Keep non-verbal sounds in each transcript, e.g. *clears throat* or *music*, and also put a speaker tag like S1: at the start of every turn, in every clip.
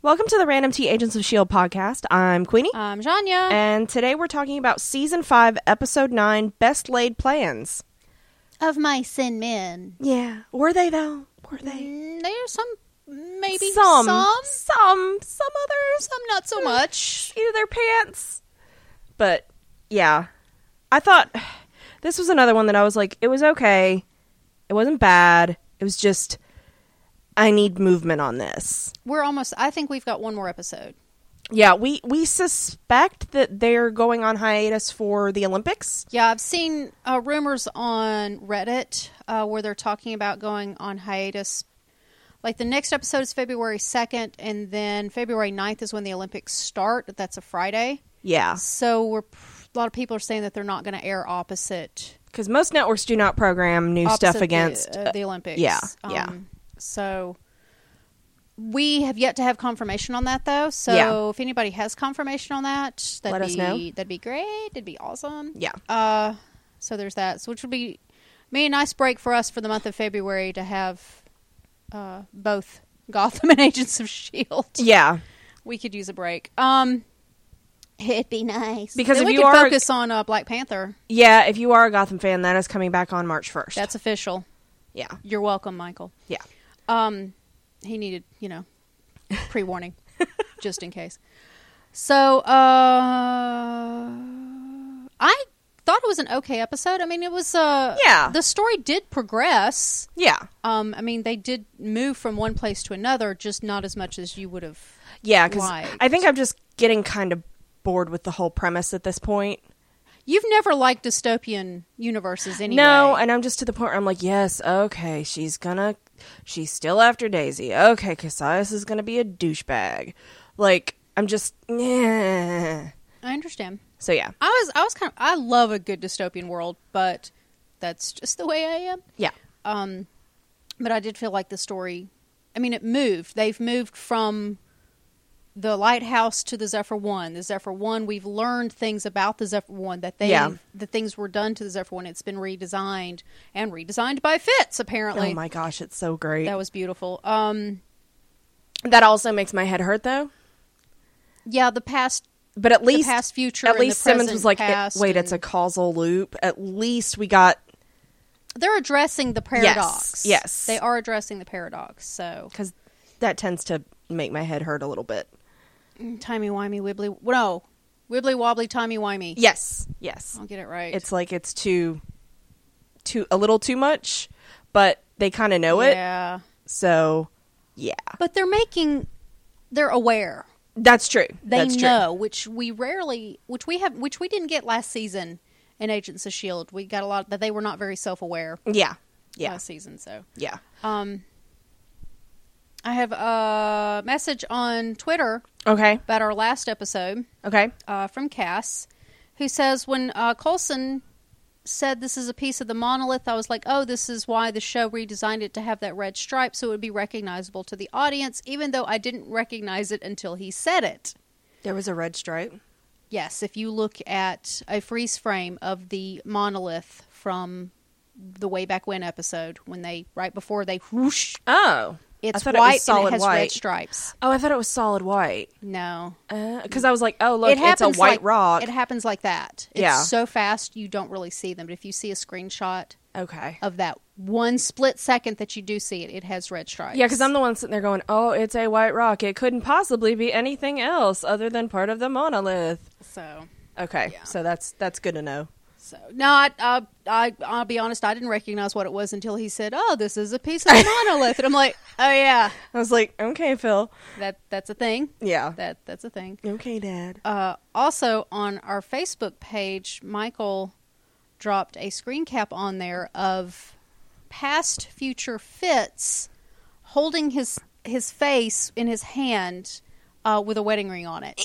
S1: Welcome to the Random T Agents of S.H.I.E.L.D. E podcast. I'm Queenie.
S2: Um, Janya.
S1: and today we're talking about season five, episode nine Best Laid Plans.
S2: of my sin men.
S1: Yeah. Were they, though? Were they?
S2: Mm, There are some, maybe
S1: some.
S2: some, some,
S1: Some. Some others.
S2: not so much.
S1: Either their pants. But, yeah. I thought *sighs* this was another one that I was like, it was okay. It wasn't bad. It was just, I need movement on this.
S2: We're almost. I think we've got one more episode.
S1: Yeah, we, we suspect that they're going on hiatus for the Olympics.
S2: Yeah, I've seen uh, rumors on Reddit uh, where they're talking about going on hiatus. Like the next episode is February second, and then February 9th is when the Olympics start. That's a Friday.
S1: Yeah.
S2: So we're pr- a lot of people are saying that they're not going to air opposite
S1: because most networks do not program new
S2: opposite
S1: stuff against.
S2: the, uh, the Olympics.
S1: yeah, yeah.
S2: So we have yet to have confirmation on that, though. So
S1: Yeah.
S2: if anybody has confirmation on that, that'd
S1: Let us
S2: be,
S1: know.
S2: That'd be great. That'd be awesome.
S1: yeah,
S2: Uh, so there's that. So which would be me a nice break for us for the month of February to have uh, both Gotham *laughs* and Agents of Shield.
S1: yeah.
S2: E We could use a break. Um, it'd be nice
S1: Because
S2: Then
S1: if
S2: we
S1: you
S2: could
S1: are-
S2: focus on uh, Black Panther.
S1: Yeah, if you are a Gotham fan, that is coming back on March 1st.
S2: That's official.
S1: yeah.
S2: You're welcome, Michael.
S1: Yeah.
S2: Um, he needed, you know,
S1: *laughs*
S2: pre warning, just in case. So, uh, I thought it was an okay episode. I mean, it was, uh,
S1: Yeah.
S2: the story did progress.
S1: Yeah.
S2: Um, I mean, they did move from one place to another, just not as much as you would have.
S1: Yeah, cuz
S2: Right.
S1: I think I'm just getting kind of bored with the whole premise at this point.
S2: You've never liked dystopian universes anyway.
S1: No, and I'm just to the point where I'm like, "Yes, okay, she's gonna she's still after Daisy. Okay, Cassius is gonna be a douchebag." Like, I'm just yeah.
S2: I understand.
S1: So yeah.
S2: I was, I was kind of, I love a good dystopian world, but that's just the way I am.
S1: Yeah.
S2: um but i did feel like the story i mean it moved they've moved from the lighthouse to the zephyr one the zephyr one we've learned things about the zephyr one that they
S1: Yeah.
S2: the things were done to the zephyr one it's been redesigned and redesigned by fitz apparently
S1: Oh my gosh, it's so great.
S2: that was beautiful um
S1: that also makes my head hurt though.
S2: yeah the past
S1: But at least
S2: past, future,
S1: At
S2: and the
S1: least Simmons
S2: present,
S1: was like, "Eh,
S2: past,
S1: "Wait, it's a
S2: and-
S1: causal loop." At least we got
S2: they're addressing the paradox
S1: yes.
S2: they are addressing the paradox so
S1: because that tends to make my head hurt a little bit.
S2: timey wimey wibbly no wibbly wobbly timey wimey
S1: Yes, yes.
S2: i'll get it right
S1: It's like it's too, too a little too much, but they kind of know it.
S2: yeah
S1: So, yeah,
S2: But they're making they're aware.
S1: that's true.
S2: They
S1: that's
S2: know, which we rarely which we have which we didn't get last season in Agents of Shield. E We got a lot that they were not very self aware
S1: True. Yeah, yeah,
S2: last season, so
S1: yeah.
S2: um I have a message on Twitter
S1: Okay,
S2: about our last episode
S1: okay.
S2: uh, from Cass, who says when uh, Colson said this is a piece of the monolith, I was like, oh, this is why the show redesigned it to have that red stripe so it would be recognizable to the audience, even though I didn't recognize it until he said it.
S1: There was a red stripe.
S2: Yes, if you look at a freeze frame of the monolith from the way back when episode when they right before they whoosh
S1: Oh,
S2: it's
S1: thought
S2: white
S1: it was
S2: and
S1: solid
S2: it has
S1: white.
S2: red stripes
S1: oh, I thought it was solid white.
S2: no
S1: Because I was like, "Oh, look,
S2: it
S1: it's
S2: happens
S1: a white
S2: like,
S1: rock."
S2: It happens like that. It's
S1: Yeah.
S2: so fast you don't really see them. But if you see a screenshot
S1: okay.
S2: of that one split second that you do see it, it has red stripes.
S1: Yeah, because I'm the one sitting there going, "Oh, it's a white rock. It couldn't possibly be anything else other than part of the monolith."
S2: so
S1: Okay, so that's that's good to know.
S2: so no. I, I I I'll be honest. I didn't recognize what it was until he said, "Oh, this is a piece
S1: *laughs*
S2: of the monolith," and I'm like, "Oh yeah,
S1: I was like, "Okay, Phil."
S2: that that's a thing.
S1: Yeah.
S2: That that's a thing."
S1: okay, Dad.
S2: Uh, also on our Facebook page, Michael dropped a screen cap on there of past future Fitz holding his his face in his hand uh, with a wedding ring on it.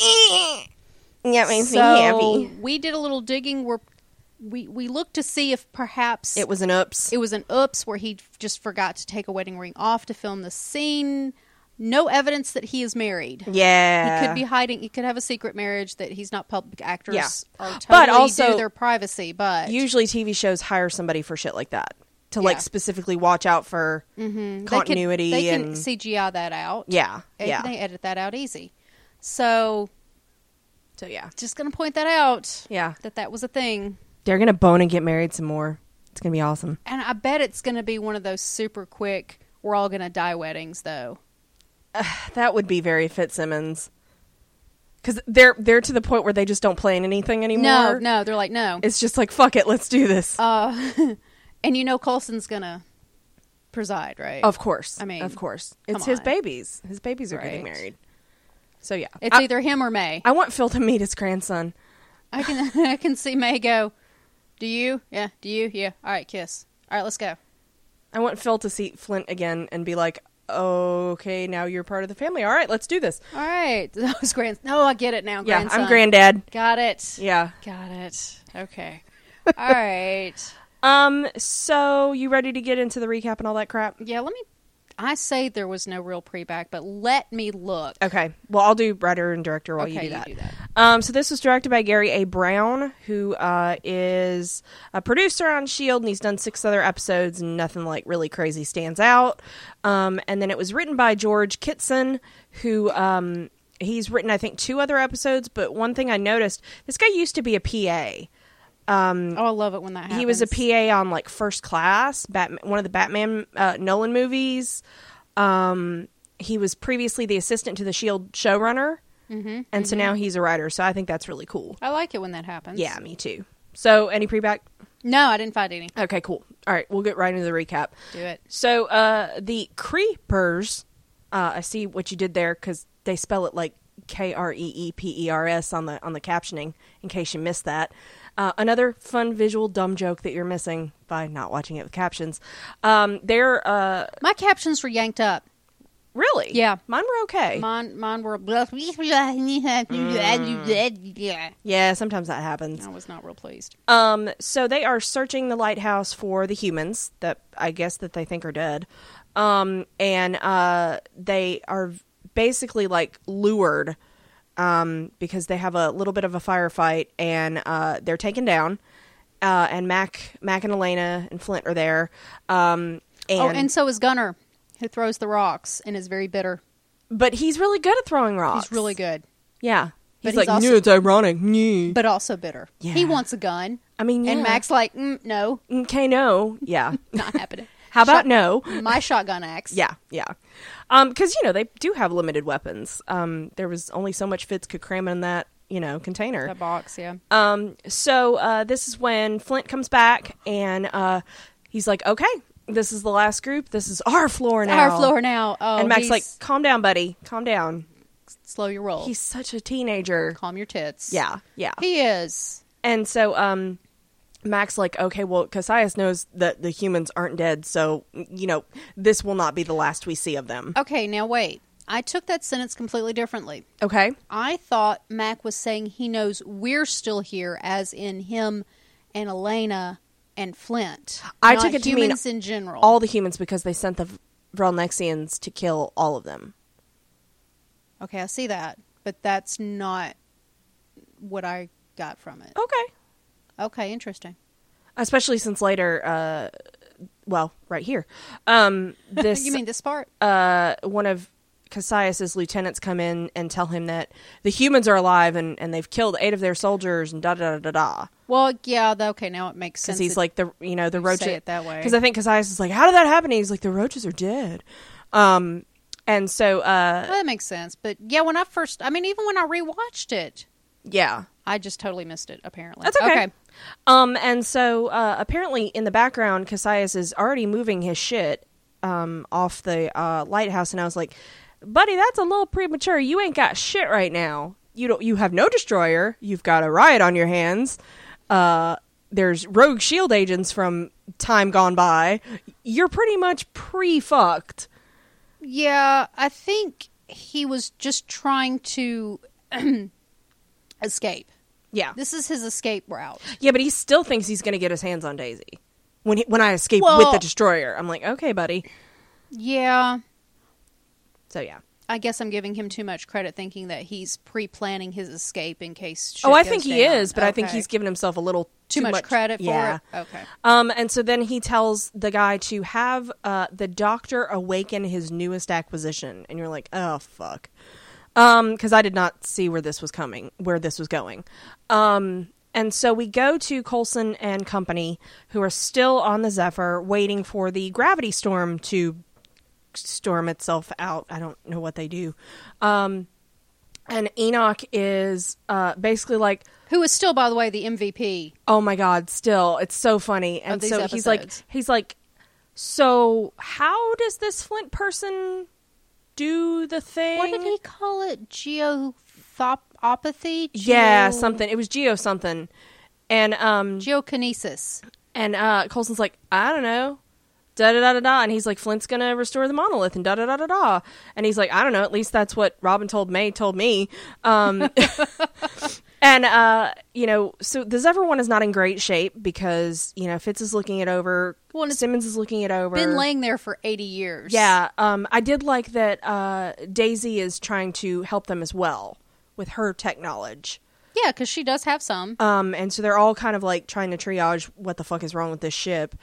S1: Yeah, it makes
S2: so
S1: me happy.
S2: we did a little digging. Where we we looked to see if perhaps
S1: It was an oops.
S2: it was an oops where he just forgot to take a wedding ring off to film the scene. No evidence that he is married.
S1: yeah,
S2: He could be hiding. He could have a secret marriage that he's not public. Actors
S1: Uh, Yeah.
S2: are totally
S1: But
S2: but
S1: also-
S2: also, do their privacy, but
S1: Usually, TV shows hire somebody for shit like that. to
S2: Yeah.
S1: like specifically watch out for
S2: Mhm.
S1: continuity
S2: They can, they
S1: and-
S2: can CGI that out.
S1: yeah,
S2: They-
S1: yeah.
S2: They edit that out easy. So
S1: so yeah,
S2: just going to point that out
S1: yeah.
S2: that that was a thing.
S1: They're gonna bone and get married some more. It's gonna be awesome.
S2: And I bet it's going to be one of those super quick, we're all going to die weddings, though.
S1: That would be very Fitzsimmons. Because they're they're to the point where they just don't plan anything
S2: No,
S1: anymore.
S2: no. They're like, no.
S1: It's just like fuck it, let's do this.
S2: Uh, *laughs* and you know Colson's going to preside, right?
S1: of course,
S2: I mean,
S1: of course,
S2: come
S1: it's his
S2: on.
S1: babies. His babies are getting
S2: Right.
S1: married. So yeah,
S2: It's
S1: I,
S2: either him or May.
S1: I want Phil to meet his grandson.
S2: I can *laughs* I can see May go. Do you? Yeah. Do you? Yeah. All right. Kiss. All right. Let's go.
S1: I want Phil to see Flint again and be like, okay, now you're part of the family. All right, let's do this.
S2: All right. *laughs* That was grand. No, I get it now.
S1: Yeah,
S2: grandson.
S1: I'm granddad.
S2: Got it.
S1: Yeah.
S2: Got it. Okay. All right. *laughs*
S1: Um. So you ready to get into the recap and all that crap?
S2: Yeah. Let me. I say there was no real pre back, but let me look.
S1: Okay. Well, I'll do writer and director while
S2: okay.
S1: you do that. Um, so this was directed by Gary A. Brown, who uh, is a producer on Shield, E and he's done six other episodes, and nothing like really crazy stands out. Um, and then it was written by George Kitson, who um, he's written I think two other episodes. But one thing I noticed, this guy used to be a PA.
S2: Oh, I love it when that happens.
S1: He was a PA on like First Class, Batman, one of the Batman uh, Nolan movies. Um, he was previously the assistant to the Shield E showrunner, mm-hmm, and so now he's a writer. So I think that's really cool.
S2: I like it when that happens.
S1: Yeah, me too. So, any pre back?
S2: No, I didn't find any.
S1: Okay, cool. All right, we'll get right into the recap.
S2: Do it.
S1: So, uh, the Creepers, uh, I see what you did there because they spell it like K R E E P E R S on the on the captioning. In case you missed that, uh, another fun visual dumb joke that you're missing by not watching it with captions. Um, they're uh,
S2: My captions were yanked up.
S1: really
S2: Yeah.
S1: Mine were okay.
S2: Mine, mine were. *laughs*
S1: Mm.
S2: I
S1: yeah, sometimes that happens.
S2: was not real pleased.
S1: Um, so they are searching the lighthouse for the humans that I guess that they think are dead. Um, and uh, they are basically like lured um, because they have a little bit of a firefight and uh, they're taken down. Uh, and Mac, Mac and Elena and Flint are there. Um, and,
S2: oh, and so is Gunner, who throws the rocks and is very bitter.
S1: but he's really good at throwing rocks.
S2: He's really good,
S1: Yeah.
S2: But
S1: he's
S2: he's
S1: like,
S2: also-
S1: "Yeah, it's ironic. yeah."
S2: but also bitter. He
S1: Yeah.
S2: wants a gun,
S1: I mean,
S2: and
S1: yeah.
S2: Mac's like, mm, "No,
S1: okay, no,
S2: *laughs*
S1: yeah.
S2: not happening."
S1: *laughs* How about
S2: Shot-
S1: no?
S2: My shotgun axe.
S1: Yeah, yeah. Um, 'cause because you know they do have limited weapons. Um, there was only so much Fitz could cram in that you know container.
S2: the box. Yeah,
S1: Um, so uh, this is when Flint comes back and uh, he's like, "Okay, this is the last group. This is our floor now.
S2: our floor now. Oh,
S1: and Mac's
S2: he's- Oh.
S1: like, "Calm down, buddy. Calm down.
S2: "Slow your roll.
S1: He's such a teenager."
S2: Calm your tits."
S1: Yeah, yeah.
S2: he is.
S1: And so, um, Max like, okay, well, Cassius knows that the humans aren't dead, so you know this will not be the last we see of them.
S2: Okay, now wait. I took that sentence completely differently.
S1: Okay,
S2: I thought Mac was saying he knows we're still here, as in him and Elena and Flint.
S1: I
S2: not
S1: took it to mean
S2: humans in general.
S1: all the humans because they sent the Vrelnexians to kill all of them.
S2: okay, I see that, but that's not what I got from it.
S1: Okay. Oh.
S2: Okay, interesting.
S1: Especially since later, uh, well, right here, um, this
S2: *laughs* you mean this part?
S1: uh, one of Cassius's lieutenants come in and tell him that the humans are alive and, and they've killed eight of their soldiers and da da da da da.
S2: well, yeah. th- Okay, now it makes sense.
S1: Because he's
S2: that-
S1: like the you know the
S2: you
S1: roaches
S2: say it that way.
S1: Because I think Cassius is like, how did that happen? And he's like, the roaches are dead. Um, and so uh,
S2: well, that makes sense. But yeah, when I first, I mean, even when I rewatched it,
S1: yeah,
S2: I just totally missed it. Apparently,
S1: That's okay. Um, and so uh, apparently in the background, Cassius is already moving his shit um, off the uh, lighthouse, and I was like, "Buddy, that's a little premature. You ain't got shit right now. You don't. You have no destroyer. You've got a riot on your hands. Uh, there's rogue shield agents from time gone by. You're pretty much pre fucked.
S2: Yeah, I think he was just trying to *clears throat* escape.
S1: Yeah,
S2: This is his escape route.
S1: yeah, but he still thinks he's gonna get his hands on Daisy." When, he, when I escape with
S2: Well-
S1: the destroyer, I'm like, okay, buddy.
S2: Yeah.
S1: So yeah,
S2: I guess I'm giving him too much credit, thinking that he's pre-planning his escape in case. shit
S1: Oh, I
S2: goes
S1: think he
S2: down.
S1: is, but I think
S2: Okay.
S1: he's given himself a little
S2: too, much, credit for
S1: yeah.
S2: it. Okay.
S1: Um, and so then he tells the guy to have uh, the doctor awaken his newest acquisition, and you're like, oh fuck, because I did not see where this was coming, where this was going. Um, and so we go to Colson and company, who are still on the Zephyr, waiting for the gravity storm to storm itself out. I don't know what they do. Um, and Enoch is uh, basically like,
S2: Who is still, by the way, the MVP?
S1: Oh my god, still. It's so funny. And
S2: these
S1: so he's like
S2: episodes.
S1: he's like so how does this Flint person do the thing?
S2: What did he call it? Geothopopathy?
S1: Yeah,
S2: Geo-
S1: something. It was Geo something. And um
S2: Geokinesis.
S1: and uh Colson's like, I don't know. Da da da da da and he's like Flint's gonna restore the monolith and da da da da da and he's like, I don't know, at least that's what Robin told May told me. Um *laughs* And uh, you know, so the Zephyr one is not in great shape because, you know, Fitz is looking it over,
S2: Well, and it's
S1: Simmons is looking it over.
S2: Been laying there for 80 years.
S1: Yeah, um, I did like that uh, Daisy is trying to help them as well with her tech knowledge.
S2: Yeah, because she does have some.
S1: Um, and so they're all kind of like trying to triage what the fuck is wrong with this ship.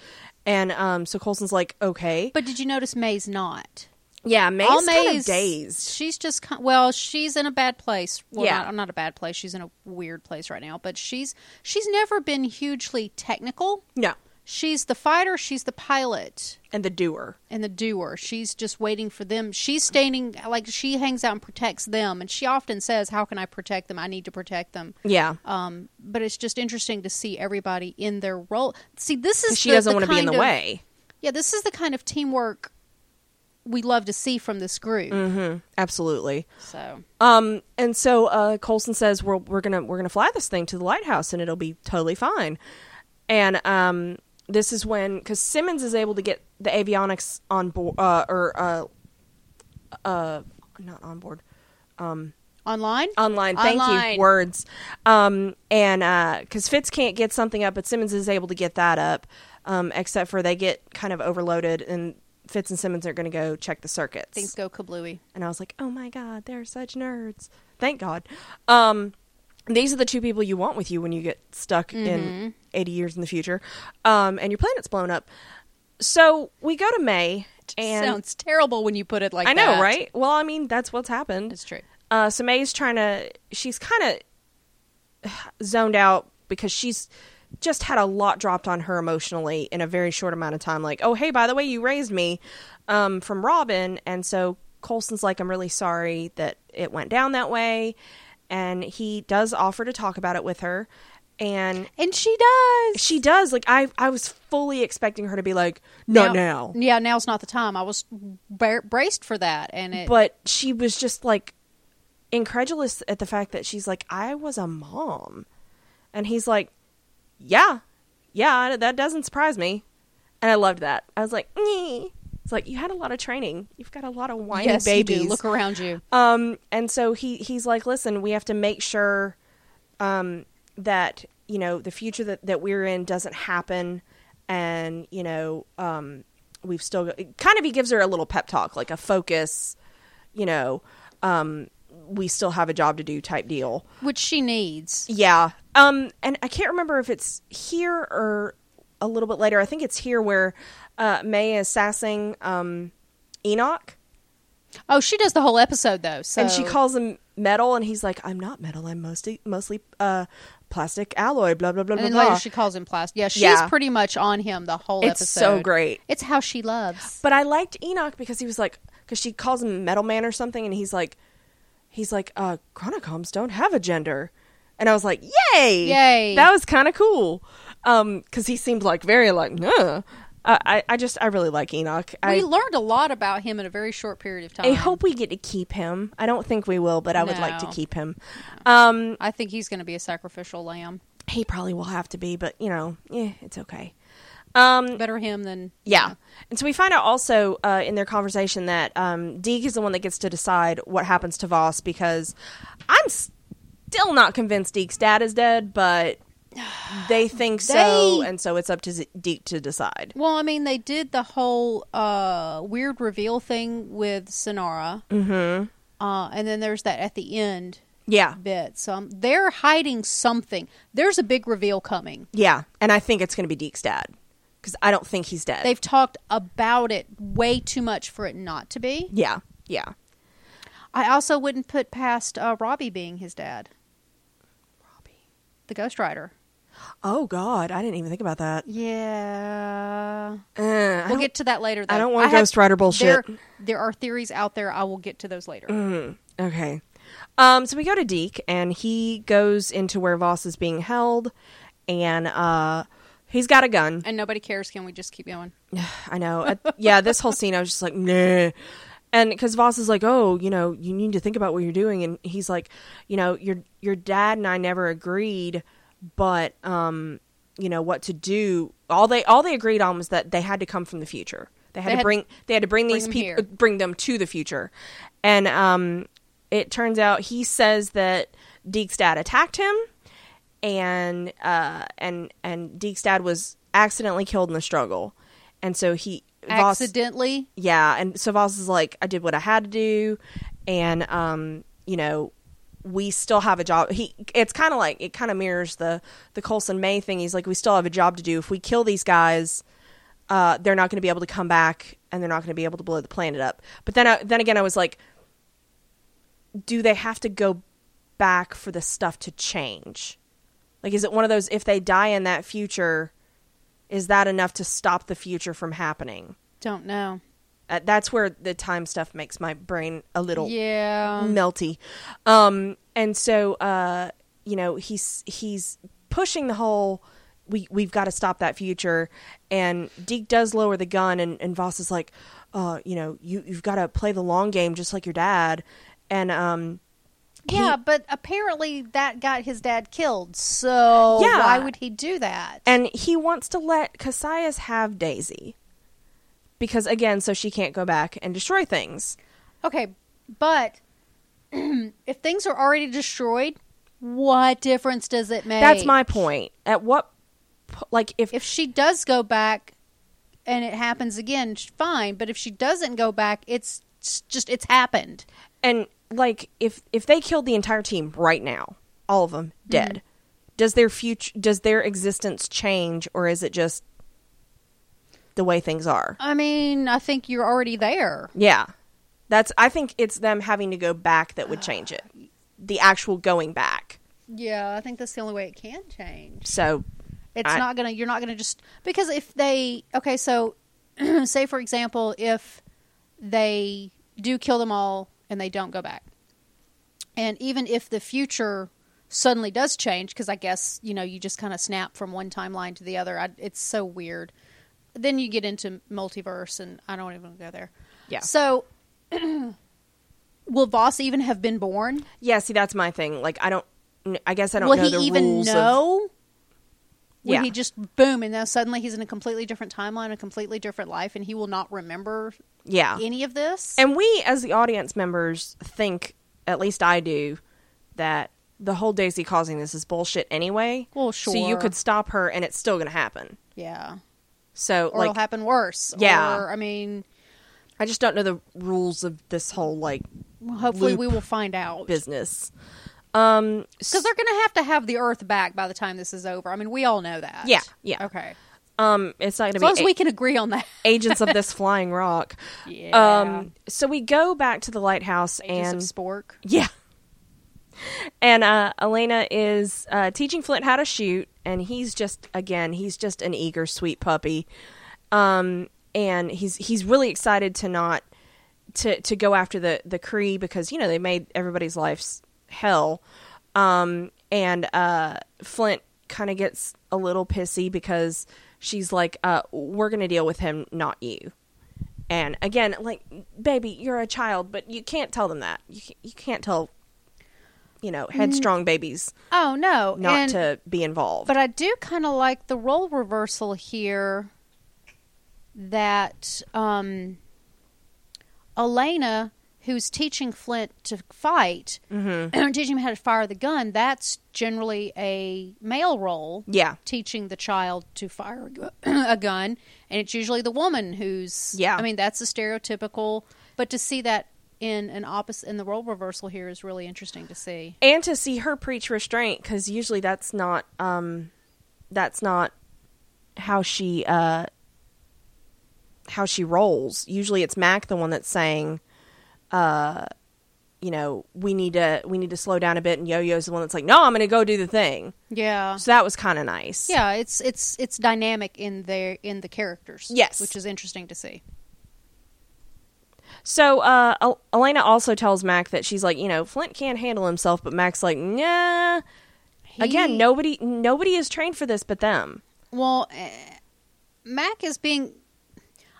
S1: And um, so Colson's like, okay.
S2: But did you notice May's not?
S1: yeah, May's
S2: All
S1: kind of
S2: May's-
S1: dazed.
S2: She's just ki- well, she's in a bad place. Well,
S1: Yeah.
S2: not, not a bad place. She's in a weird place right now. But she's she's never been hugely technical.
S1: No,
S2: She's the fighter. She's the pilot.
S1: and the doer.
S2: and the doer. She's just waiting for them. She's standing like she hangs out and protects them, and she often says, "How can I protect them? I need to protect them."
S1: Yeah,
S2: Um, but it's just interesting to see everybody in their role. See, this is
S1: she
S2: the-
S1: doesn't
S2: the
S1: want to be in
S2: kind
S1: the
S2: of-
S1: way.
S2: Yeah, this is the kind of teamwork we love to see from this group.
S1: Mm-hmm. Absolutely.
S2: So
S1: Um, and so uh, Colson says we're we're gonna we're gonna fly this thing to the lighthouse and it'll be totally fine. And um, this is when because Simmons is able to get the avionics on board uh, or uh, uh, not on board
S2: online,
S1: online. Thank
S2: Online.
S1: you words. Um, and because Fitz can't get something up, but Simmons is able to get that up. Um, except for they get kind of overloaded and. Fitz and Simmons are going to go check the circuits.
S2: things go kablooey.
S1: And I was like, oh my God, they're such nerds. Thank God. Um, these are the two people you want with you when you get stuck
S2: Mm-hmm.
S1: in 80 years in the future um, and your planet's blown up. So we go to May. And
S2: Sounds terrible when you put it like
S1: I know,
S2: that.
S1: right? Well, I mean, that's what's happened.
S2: It's true.
S1: Uh, so May's trying to, she's kind of zoned out because she's just had a lot dropped on her emotionally in a very short amount of time. Like, oh, hey, by the way, you raised me um, from Robin. And so Colson's like, I'm really sorry that it went down that way. And he does offer to talk about it with her. And
S2: And she does.
S1: she does. Like, I, I was fully expecting her to be like, not now.
S2: Yeah, now's not the time. I was bar- braced for that, and it
S1: but she was just like incredulous at the fact that she's like i was a mom and he's like yeah yeah that doesn't surprise me and i loved that i was like "Nee." it's like you had a lot of training you've got a lot of whiny
S2: yes, you do.
S1: babies
S2: Look around you.
S1: um, and so he he's like, listen, we have to make sure um, that you know the future that that we're in doesn't happen, and you know um, we've still got, kind of he gives her a little pep talk, like a focus, you know, um, we still have a job to do type deal.
S2: which she needs.
S1: Yeah. Um, and I can't remember if it's here or a little bit later. I think it's here where uh, May is sassing um, Enoch.
S2: Oh, she does the whole episode though. So
S1: And she calls him metal, and he's like, "I'm not metal. I'm mostly mostly uh, plastic alloy." Blah blah blah
S2: And
S1: blah
S2: then
S1: blah.
S2: later she calls him plastic. Yeah, she's
S1: Yeah.
S2: pretty much on him the whole
S1: It's
S2: episode.
S1: so great.
S2: It's how she loves.
S1: But I liked Enoch because he was like, because she calls him metal man or something, and he's like, he's like, uh, chronocoms don't have a gender, and I was like, yay,
S2: Yay.
S1: that was kind of cool, um, because he seemed like very like, nah. I, I- I just I really like Enoch.
S2: we
S1: I
S2: learned a lot about him in a very short period of time.
S1: I hope we get to keep him. I don't think we will, but I would like to
S2: No.
S1: keep him. Um,
S2: I think he's going to be a sacrificial lamb.
S1: he probably will have to be, but you know, yeah, it's okay. Um,
S2: Better him than
S1: Yeah. And so we find out also uh, in their conversation that um, Deke is the one that gets to decide what happens *sighs* to Voss because I'm s- still not convinced Deke's dad is dead, but they think so,
S2: They-
S1: and so it's up to Z- Deke to decide.
S2: Well, I mean, they did the whole uh, weird reveal thing with Sonara. Mm-hmm. Uh, and then there's that at the end
S1: Yeah,
S2: bit. So um, they're hiding something. There's a big reveal coming.
S1: yeah, and I think it's going to be Deke's dad because I don't think he's dead.
S2: They've talked about it way too much for it not to be.
S1: yeah, yeah.
S2: I also wouldn't put past uh, Robbie being his dad, the Ghost Rider.
S1: Oh God, I didn't even think about that.
S2: Yeah.
S1: Uh, I
S2: We'll
S1: don't-
S2: get to that later. Though.
S1: I don't want
S2: have-
S1: Ghost Rider bullshit. Mm.
S2: There, there are theories out there. I will get to those later.
S1: Okay. Um, so we go to Deke, and he goes into where Voss is being held, and uh, he's got a gun.
S2: And nobody cares. Can we just keep going?
S1: *sighs* I know. At- yeah, this whole scene, I was just like, nah. And because Voss is like, oh, you know, you need to think about what you're doing, and he's like, you know, your your dad and I never agreed, but um, you know what to do. All they all they agreed on was that they had to come from the future. They had
S2: They
S1: to
S2: had-
S1: bring they had to bring these
S2: them here.
S1: people bring them to the future, and um, it turns out he says that Deke's dad attacked him, and uh, and and Deke's dad was accidentally killed in the struggle, and so he Voss-
S2: Accidentally.
S1: yeah, and so Voss is like, I did what I had to do, and um, you know, we still have a job. He, it's kind of like it kind of mirrors the the Colson May thing. He's like, we still have a job to do. If we kill these guys, uh, they're not going to be able to come back, and they're not going to be able to blow the planet up. But then, I, then again, I was like, do they have to go back for the stuff to change? Like, is it one of those if they die in that future, is that enough to stop the future from happening?
S2: Don't know.
S1: Uh, that's where the time stuff makes my brain a little
S2: Yeah.
S1: melty. Um, and so, uh, you know, he's he's pushing the whole. We we've got to stop that future. And Deke does lower the gun, and, and Voss is like, uh, you know, you you've got to play the long game, just like your dad. And um,
S2: Yeah, but apparently that got his dad killed. So
S1: Yeah.
S2: why would he do that?
S1: and he wants to let Cassius have Daisy because again, so she can't go back and destroy things.
S2: Okay, but *clears throat* if things are already destroyed, what difference does it make?
S1: That's my point. At what, po- like, if
S2: If she does go back and it happens again, sh- fine. But if she doesn't go back, it's s- just it's happened.
S1: and like if if they killed the entire team right now all of them
S2: Mm-hmm.
S1: dead does their future does their existence change or is it just the way things are
S2: I mean, I think you're already there.
S1: yeah that's i think it's them having to go back that would change it the actual going back
S2: Yeah, I think that's the only way it can change.
S1: so
S2: It's
S1: I-
S2: not gonna. You're not gonna just because if they okay. So, *clears throat* say for example, if they do kill them all and they don't go back, and even if the future suddenly does change, because I guess you know you just kind of snap from one timeline to the other. I, it's so weird. Then you get into multiverse, and I don't even wanna go there.
S1: Yeah.
S2: So, *clears throat* will Voss even have been born?
S1: yeah see that's my thing like i don't i guess i don't
S2: Will
S1: know
S2: he
S1: the
S2: even
S1: rules of-
S2: know? Will
S1: Yeah.
S2: he just boom and now suddenly he's in a completely different timeline, a completely different life, and he will not remember
S1: yeah
S2: any of this?
S1: And we, as the audience members, think, at least I do, that the whole Daisy causing this is bullshit anyway.
S2: Well,
S1: So you
S2: sure.
S1: could stop her and it's still going to happen.
S2: yeah,
S1: So,
S2: or
S1: like,
S2: it'll happen worse.
S1: Yeah.
S2: or, I mean,
S1: I just don't know the rules of this whole, like,
S2: well, hopefully we
S1: Loop.
S2: will find out because
S1: business. Um,
S2: they're going to have to have the Earth back by the time this is over. I mean, we all know that.
S1: Yeah, yeah.
S2: Okay,
S1: um, it's not
S2: as
S1: going
S2: long
S1: to be
S2: as
S1: a-
S2: we can agree on that. *laughs*
S1: agents of this flying rock.
S2: Yeah.
S1: Um, so we go back to the lighthouse
S2: Agents
S1: and
S2: of Spork.
S1: Yeah. And uh, Elena is uh, teaching Flint how to shoot, and he's just again, he's just an eager, sweet puppy, um, and he's he's really excited to not to to go after the the Cree because you know they made everybody's lives hell, um, and uh, Flint kind of gets a little pissy because she's like, uh, "We're gonna deal with him, not you." And again, like, baby, you're a child, but you can't tell them that. You, ca- you can't tell, you know, headstrong babies
S2: Oh no,
S1: not
S2: Mm. and-
S1: to be involved.
S2: But I do kind of like the role reversal here that um, Elena who's teaching Flint to fight, *clears throat* teaching him how to fire the gun, that's generally a male role
S1: Yeah.
S2: teaching the child to fire a gu- *clears throat* a gun, and it's usually the woman who's.
S1: Yeah.
S2: I mean, that's the stereotypical. But to see that in an opposite in the role reversal here is really interesting to see.
S1: and to see her preach restraint because usually that's not um that's not how she uh how she rolls usually it's mac the one that's saying uh you know we need to we need to slow down a bit and yo-yo's the one that's like no i'm gonna go do the thing
S2: Yeah.
S1: so that was kind of nice
S2: Yeah, it's it's it's dynamic in their in the characters.
S1: Yes.
S2: which is interesting to see.
S1: so uh El- elena also tells mac that she's like you know flint can't handle himself but mac's like nah
S2: He-
S1: again nobody nobody is trained for this but them
S2: Well, eh, Mac is being.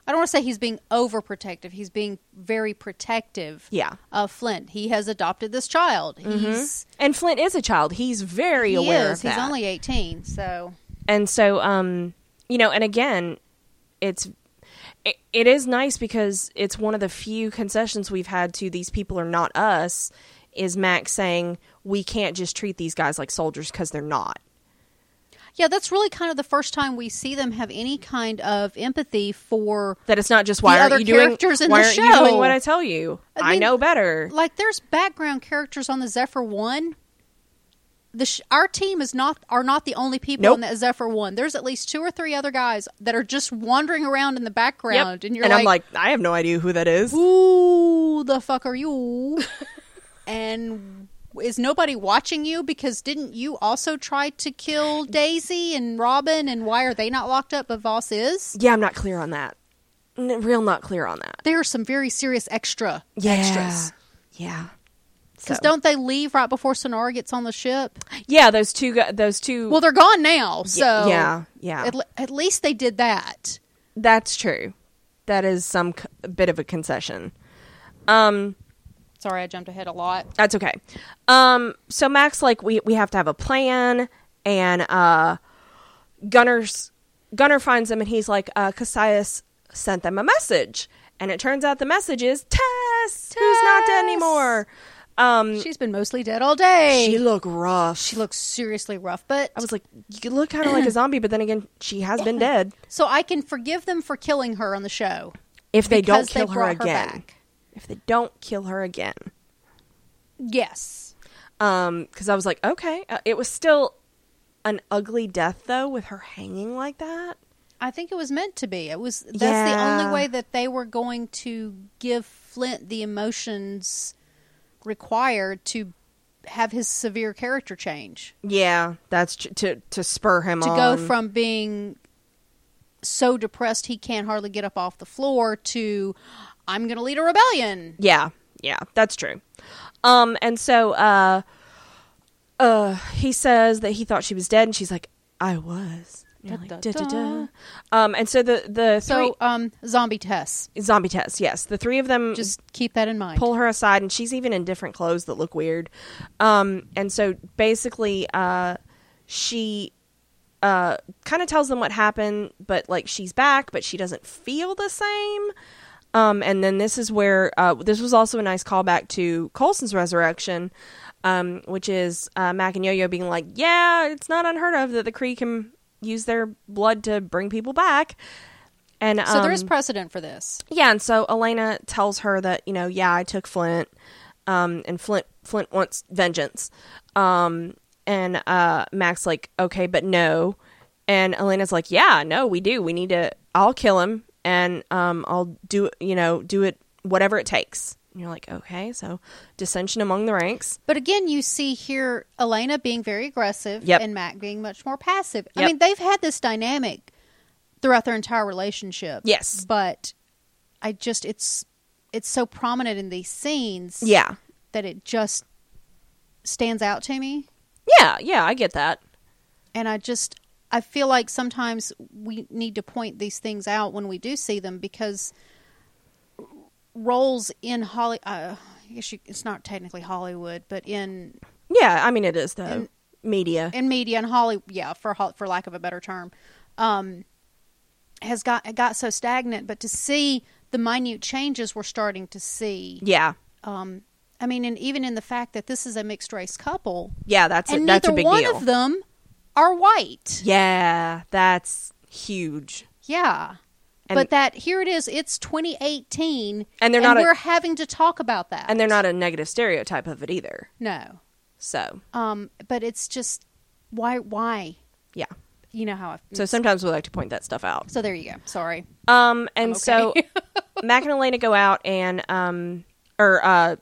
S2: I don't want to say he's being overprotective. He's being very protective
S1: yeah
S2: of Flint. He has adopted this child. He's
S1: And Flint is a child. He's very
S2: he
S1: aware
S2: is.
S1: of that.
S2: He's only eighteen, so
S1: and so, um, you know, and again, it's it, it is nice because it's one of the few concessions we've had to these people are not us. Is Max saying we can't just treat these guys like soldiers because they're not?
S2: yeah, that's really kind of the first time we see them have any kind of empathy for
S1: That it's not just why
S2: other
S1: aren't you doing
S2: characters in
S1: why
S2: the
S1: aren't you doing
S2: show.
S1: what I tell you?
S2: I
S1: I,
S2: mean,
S1: know better.
S2: like there's background characters on the Zephyr One. The sh- our team is not are not the only people
S1: Nope.
S2: on the Zephyr One. There's at least two or three other guys that are just wandering around in the background,
S1: Yep.
S2: and you're
S1: and
S2: like,
S1: I'm like, I have no idea who that is.
S2: "Who the fuck
S1: *laughs*
S2: are you?" and is nobody watching you because didn't you also try to kill Daisy and Robin? And why are they not locked up, but Voss is?
S1: Yeah, I'm not clear on that. N- real not clear on that.
S2: There are some very serious extra
S1: Yeah.
S2: extras
S1: Yeah.
S2: because
S1: So-
S2: don't they leave right before Sonara gets on the ship?
S1: Yeah, those two. gu- Those two.
S2: Well, they're gone now, so
S1: Yeah, yeah, yeah.
S2: At, le- at least they did that.
S1: That's true. That is some c- bit of a concession. Um,
S2: Sorry, I jumped ahead a lot.
S1: that's okay. Um, so Max, like, we we have to have a plan, and uh, Gunner's Gunner finds him, and he's like, uh, Cassius sent them a message, and it turns out the message is Tess, who's not dead
S2: Tess!
S1: anymore. Um,
S2: She's been mostly dead all day.
S1: she
S2: She,
S1: looked rough. She
S2: looks seriously rough, but
S1: I was like, you look kind of *clears throat* like a zombie, but then again, she has been dead.
S2: so I can forgive them for killing her on the show.
S1: If they don't
S2: because
S1: kill her
S2: brought
S1: again,
S2: back.
S1: if they don't kill her again.
S2: Yes.
S1: um because i was like okay uh, it was still an ugly death though with her hanging like that
S2: I think it was meant to be. It was that's the
S1: Yeah.
S2: only way that they were going to give Flint the emotions required to have his severe character change.
S1: yeah that's tr- to to spur him
S2: to
S1: on
S2: go from being so depressed he can't hardly get up off the floor to I'm going to lead a rebellion.
S1: yeah yeah that's true um and so uh uh he says that he thought she was dead and she's like i was And you're
S2: Da,
S1: like, "Duh,
S2: da,
S1: duh, duh."
S2: da."
S1: um and so the the
S2: So, um, zombie Tess,
S1: three zombie test yes the three of them
S2: just keep that in mind.
S1: pull her aside and she's even in different clothes that look weird um and so basically uh she uh kind of tells them what happened but like she's back but she doesn't feel the same um and then this is where uh this was also a nice callback to colson's resurrection um which is uh mac and yo-yo being like yeah it's not unheard of that the cree can use their blood to bring people back and
S2: so there is
S1: um,
S2: precedent for this.
S1: yeah, and so Elena tells her that you know, yeah, I took Flint, um, and Flint Flint wants vengeance, um, and uh, Max like, okay, but no, and Elena's like, yeah, no, we do, we need to, I'll kill him, and um, I'll do you know, do it whatever it takes. And you're like, okay, so dissension among the ranks.
S2: But again, you see here Elena being very aggressive
S1: Yep.
S2: and Mac being much more passive. I
S1: Yep.
S2: mean, they've had this dynamic throughout their entire relationship.
S1: Yes.
S2: But I just it's it's so prominent in these scenes
S1: Yeah,
S2: that it just stands out to me.
S1: yeah, yeah, I get that.
S2: and I just I feel like sometimes we need to point these things out when we do see them because roles in Holly uh, I guess you, it's not technically Hollywood, but in
S1: Yeah, I mean, it is though. Media.
S2: in media and Holly yeah for Hol- for lack of a better term um, has got it got so stagnant, but to see the minute changes we're starting to see
S1: yeah,
S2: um, I mean, and even in the fact that this is a mixed race couple,
S1: Yeah, that's a,
S2: and
S1: that's
S2: neither
S1: a big
S2: one
S1: deal.
S2: of them are white.
S1: Yeah, that's huge.
S2: Yeah.
S1: And-
S2: but that here it is. It's 2018,
S1: And they're not a-
S2: we're having to talk about that.
S1: And they're not a negative stereotype of it either.
S2: No.
S1: So,
S2: Um. But it's just why? Why?
S1: yeah.
S2: You know how? I,
S1: So sometimes we like to point that stuff out.
S2: so there you go. Sorry.
S1: Um, and
S2: okay. *laughs*
S1: so Mac and Elena go out and um, or uh,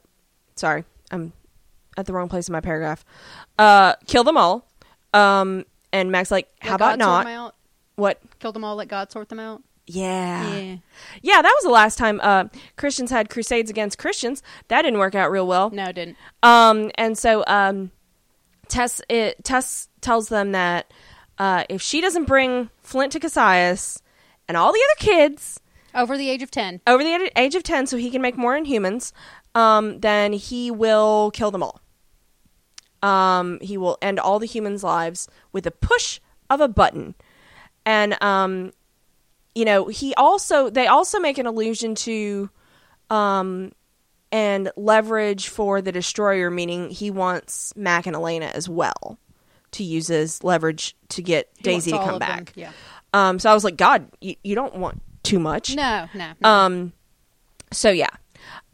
S1: sorry, I'm at the wrong place in my paragraph. Uh, kill them all. Um, and Mac's like, how
S2: Let
S1: about
S2: God sort
S1: not?
S2: them out.
S1: What?
S2: Kill them all. Let God sort them out.
S1: Yeah. yeah,
S2: Yeah.
S1: That was the last time uh, Christians had crusades against Christians. That didn't work out real well.
S2: No, it didn't.
S1: Um, and so um, Tess it, Tess tells them that uh, if she doesn't bring Flint to Cassius and all the other kids
S2: Over the age of ten.
S1: over the ed- age of ten, so he can make more Inhumans, um, then he will kill them all. Um, he will end all the humans' lives with a push of a button, and um, you know he also they also make an allusion to um and leverage for the destroyer meaning he wants mac and elena as well to use as leverage to get
S2: He
S1: daisy to
S2: wants all
S1: come
S2: of them.
S1: back
S2: Yeah.
S1: um so i was like god you, you don't want too much
S2: No. No. no.
S1: um, so yeah.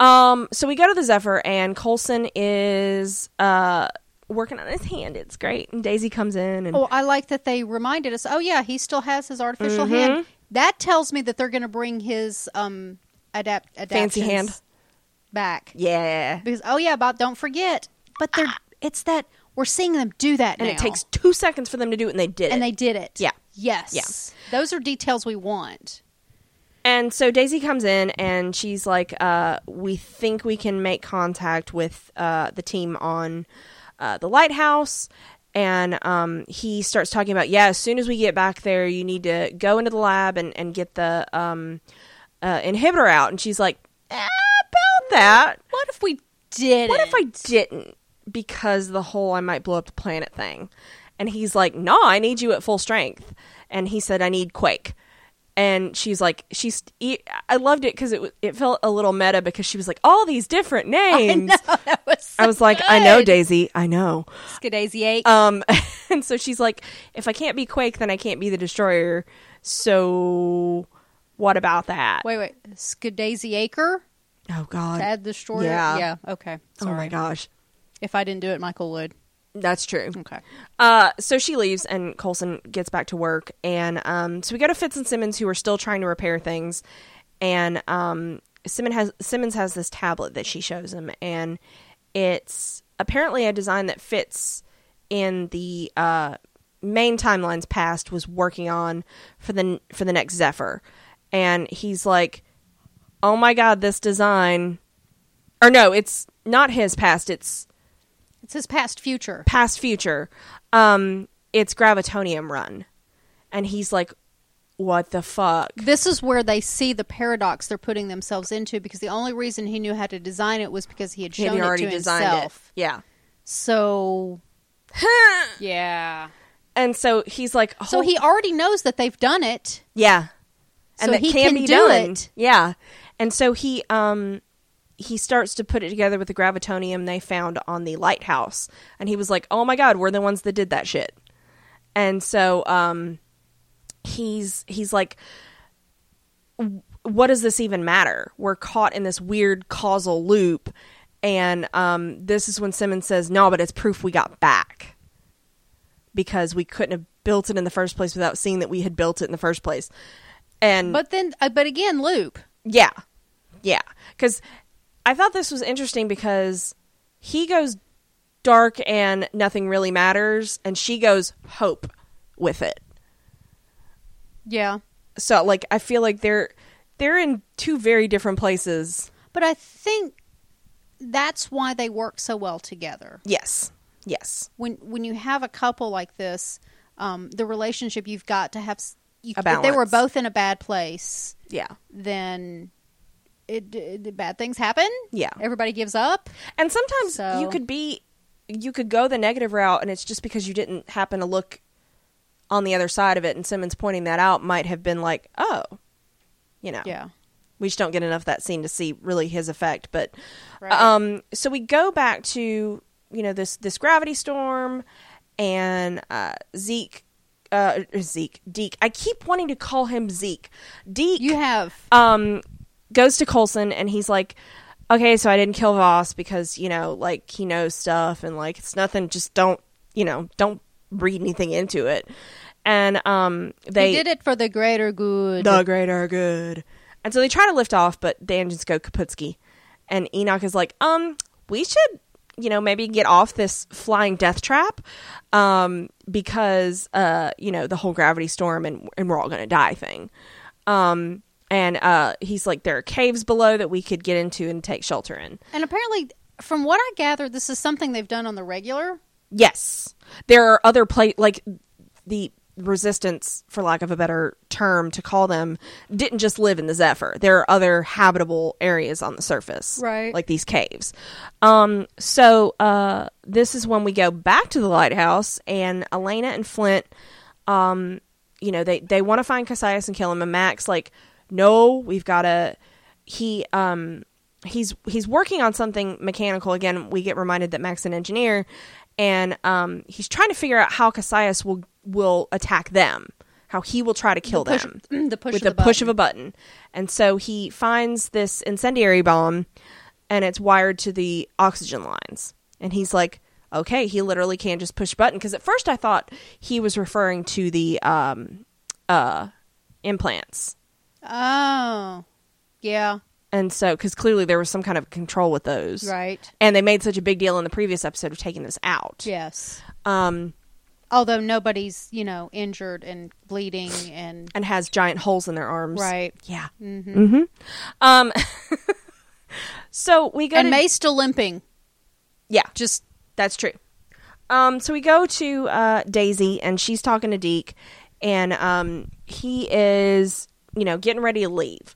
S1: Um, so we go to the Zephyr, and Colson is uh working on his hand. It's great, and Daisy comes in, and
S2: Oh, I like that they reminded us. Oh yeah, he still has his artificial
S1: Mm-hmm.
S2: hand. That tells me that they're going to bring his um adapt
S1: Fancy
S2: adaptions
S1: hand.
S2: back
S1: yeah,
S2: because oh yeah, about don't forget. But they're it's that we're seeing them do that
S1: and
S2: now,
S1: it takes two seconds for them to do it, and they did
S2: and
S1: it.
S2: they did it.
S1: Yeah.
S2: Yes. Those are details we want.
S1: and so Daisy comes in, and she's like, uh, "We think we can make contact with uh the team on uh, the lighthouse." And um, he starts talking about, yeah, as soon as we get back there, you need to go into the lab and, and get the um, uh, inhibitor out. And she's like, "Ah, about that.
S2: What if we did?
S1: What if I didn't? Because the whole I might blow up the planet thing. And he's like, No, I need you at full strength. And he said, I need Quake. And she's like, she's. e- I loved it because it wa- it felt a little meta because she was like, all these
S2: *laughs*
S1: different names. I,
S2: that was so Uh,
S1: was like, I know,
S2: good.
S1: Daisy, I know.
S2: Skadazy eight.
S1: Um, *laughs* and so she's like, if I can't be Quake, then I can't be the Destroyer. So, what about that?
S2: wait, wait. Skadazy Acre.
S1: Oh God,
S2: Tad Destroyer.
S1: yeah.
S2: Yeah. Okay.
S1: oh
S2: Sorry.
S1: my gosh,
S2: If I didn't do it, Michael would.
S1: that's true.
S2: Okay.
S1: Uh, so she leaves, and Colson gets back to work, and um, so we go to Fitz and Simmons, who are still trying to repair things, and um, Simmons has Simmons has this tablet that she shows him, and it's apparently a design that Fitz in the uh, main timelines past was working on for the for the next Zephyr, and he's like, "Oh my god, this design," or no, it's not his past, it's
S2: It's his past future.
S1: past future um it's gravitonium run and he's like what the fuck
S2: This is where they see the paradox they're putting themselves into because the only reason he knew how to design it was because he had
S1: he
S2: shown
S1: had
S2: it
S1: already
S2: to
S1: designed
S2: himself.
S1: it yeah *laughs*
S2: So, yeah.
S1: and so he's like
S2: So
S1: oh,
S2: he already knows that they've done it.
S1: yeah and
S2: so
S1: that
S2: he
S1: can,
S2: can
S1: be
S2: do
S1: done
S2: it.
S1: yeah and so he um he starts to put it together with the gravitonium they found on the lighthouse and he was like oh my god we're the ones that did that shit and so um he's he's like what does this even matter? We're caught in this weird causal loop. And um, this is when Simmons says, no, but it's proof we got back because we couldn't have built it in the first place without seeing that we had built it in the first place. And
S2: But then, uh, but again, Luke.
S1: yeah. Yeah. Because I thought this was interesting because he goes dark and nothing really matters, and she goes hope with it.
S2: Yeah.
S1: So, like, I feel like they're. They're in two very different places.
S2: But I think that's why they work so well together.
S1: Yes. Yes.
S2: When when you have a couple like this, um, the relationship you've got to have. s- You,
S1: A
S2: if they were
S1: balance.
S2: both in a bad place,
S1: Yeah.
S2: then it, it bad things happen.
S1: Yeah.
S2: Everybody gives up.
S1: And sometimes
S2: So-
S1: you could be you could go the negative route and it's just because you didn't happen to look on the other side of it and Simmons pointing that out might have been like, "Oh, you know."
S2: Yeah.
S1: we just don't get enough of that scene to see really his effect. But
S2: Right.
S1: um, so we go back to you know this this gravity storm, and uh, Zeke, uh, Zeke, Deke. I keep wanting to call him Zeke. Deke
S2: You have
S1: um, goes to Colson and he's like, okay, so I didn't kill Voss because, you know, like he knows stuff and like it's nothing. Just don't, you know, don't read anything into it. And um, they
S2: he did it for the greater good.
S1: the greater good. And so they try to lift off, but the engines go kaputski. And Enoch is like, um, we should, you know, maybe get off this flying death trap, um, because uh, you know, the whole gravity storm and and we're all gonna die thing. Um, and uh, he's like, there are caves below that we could get into and take shelter in.
S2: And apparently, from what I gather, this is something they've done on the regular. *clears throat*
S1: Yes, there are other pla like the resistance, for lack of a better term to call them, didn't just live in the Zephyr. There are other habitable areas on the surface,
S2: Right.
S1: Like these caves. Um, so uh, this is when we go back to the lighthouse, and Elena and Flint, um, you know, they they want to find Cassius and kill him, and Max like, no, we've got to. He um he's he's working on something mechanical again we get reminded that Max is an engineer and um he's trying to figure out how Cassius will will attack them how he will try to kill
S2: Push,
S1: them
S2: the push
S1: with the,
S2: of the
S1: push of
S2: button.
S1: a button and so he finds this incendiary bomb and it's wired to the oxygen lines and he's like okay he literally can just push button because at first I thought he was referring to the um uh implants
S2: Oh, yeah,
S1: and so because clearly there was some kind of control with those
S2: right.
S1: and they made such a big deal in the previous episode of taking this out.
S2: Yes.
S1: Um,
S2: Although nobody's, you know, injured and bleeding and
S1: and has giant holes in their arms.
S2: right.
S1: Yeah. Mm-hmm. Um, *laughs* so we go
S2: And
S1: to
S2: May still limping.
S1: yeah,
S2: Just
S1: that's true. Um, so we go to uh, Daisy and she's talking to Deke, and um, he is you know getting ready to leave,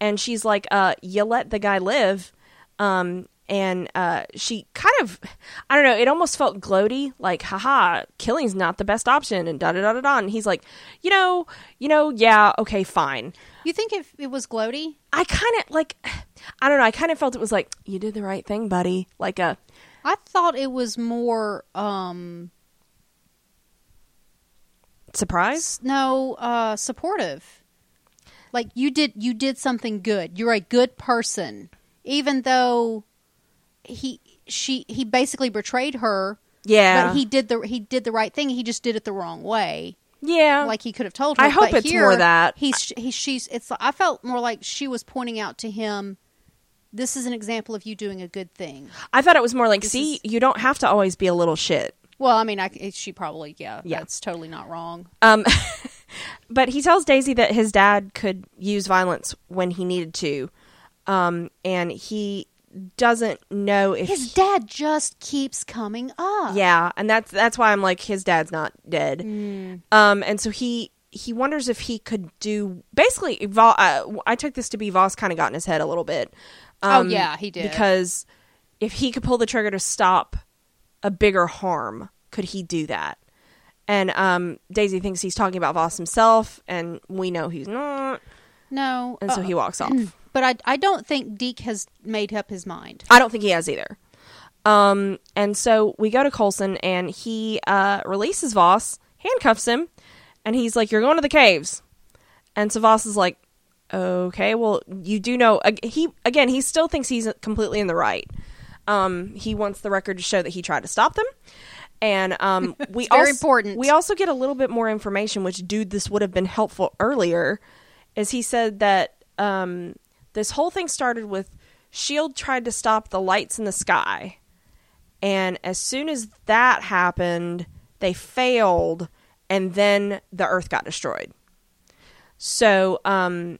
S1: and she's like, uh, "You let the guy live." Um, and uh, she kind of, I don't know, it almost felt gloaty, like, haha, killing's not the best option, and da da da da da. And he's like, you know, you know, yeah, okay, fine.
S2: you think if it was gloaty?
S1: I kind of like, *sighs* I don't know, I kind of felt it was like, you did the right thing, buddy. Like a,
S2: I thought it was more um
S1: surprise?
S2: no uh supportive. Like you did you did something good. You're a good person. Even though he she he basically betrayed her,
S1: Yeah.
S2: but he did the he did the right thing. He just did it the wrong way.
S1: yeah.
S2: like he could have told her.
S1: I hope
S2: but
S1: it's
S2: here,
S1: more that.
S2: he's he, she's it's. I felt more like she was pointing out to him, this is an example of you doing a good thing.
S1: I thought it was more like, see,
S2: is-
S1: you don't have to always be a little shit.
S2: Well, I mean, I c she probably yeah,
S1: Yeah.
S2: that's totally not wrong.
S1: Um, *laughs* but he tells Daisy that his dad could use violence when he needed to, um, and he doesn't know if
S2: His dad just keeps coming up.
S1: yeah, and that's that's why I'm like his dad's not dead.
S2: Mm.
S1: Um, and so he he wonders if he could do basically. Vo- uh, I took this to be Voss kind of got in his head a little bit. Um,
S2: Oh, yeah, he did.
S1: because if he could pull the trigger to stop a bigger harm, could he do that? And um, Daisy thinks he's talking about Voss himself, and we know he's not,
S2: no,
S1: and so
S2: uh,
S1: he walks
S2: *clears throat*
S1: off.
S2: But I I don't think Deke has made up his mind.
S1: I don't think he has either. Um, and so we go to Colson, and he uh, releases Voss, handcuffs him, and he's like, "You're going to the caves." And so Voss is like, "Okay, well, you do know." ag- He again, he still thinks he's completely in the right. Um, he wants the record to show that he tried to stop them. And
S2: *laughs*
S1: um, we
S2: very
S1: also,
S2: important.
S1: We also get a little bit more information, which dude, this would have been helpful earlier. Is he said that um, this whole thing started with Shield tried to stop the lights in the sky, and as soon as that happened, they failed, and then the Earth got destroyed. So um,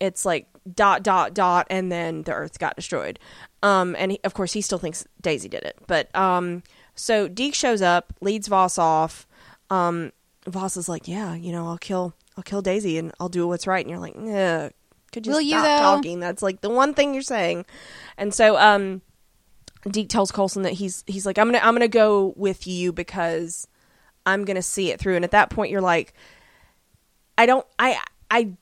S1: it's like dot dot dot, and then the Earth got destroyed. Um, and he, of course, he still thinks Daisy did it. But um, so Deke shows up, leads Voss off. Um, Voss is like, "Yeah, you know, I'll kill, I'll kill Daisy, and I'll do what's right." And you're like, "Yeah, could you
S2: Will
S1: stop
S2: you, though?"
S1: talking? That's like the one thing you're saying." And so um, Deke tells Colson that he's he's like, "I'm gonna I'm gonna go with you because I'm gonna see it through." And at that point, you're like. I don't I I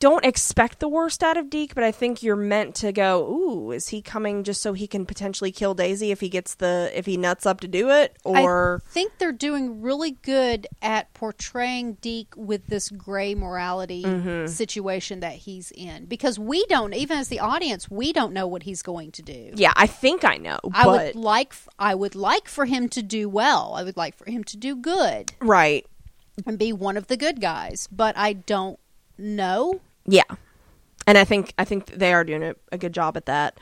S1: don't expect the worst out of Deke, but I think you're meant to go, ooh, is he coming just so he can potentially kill Daisy if he gets the if he nuts up to do it or
S2: I think they're doing really good at portraying Deke with this gray morality situation that he's in because we don't even as the audience we don't know what he's going to do.
S1: Yeah, I think I know,
S2: I
S1: but
S2: would like I would like for him to do well. I would like for him to do good
S1: right.
S2: and be one of the good guys, but I don't know.
S1: Yeah. And I think I think they are doing a, a good job at that.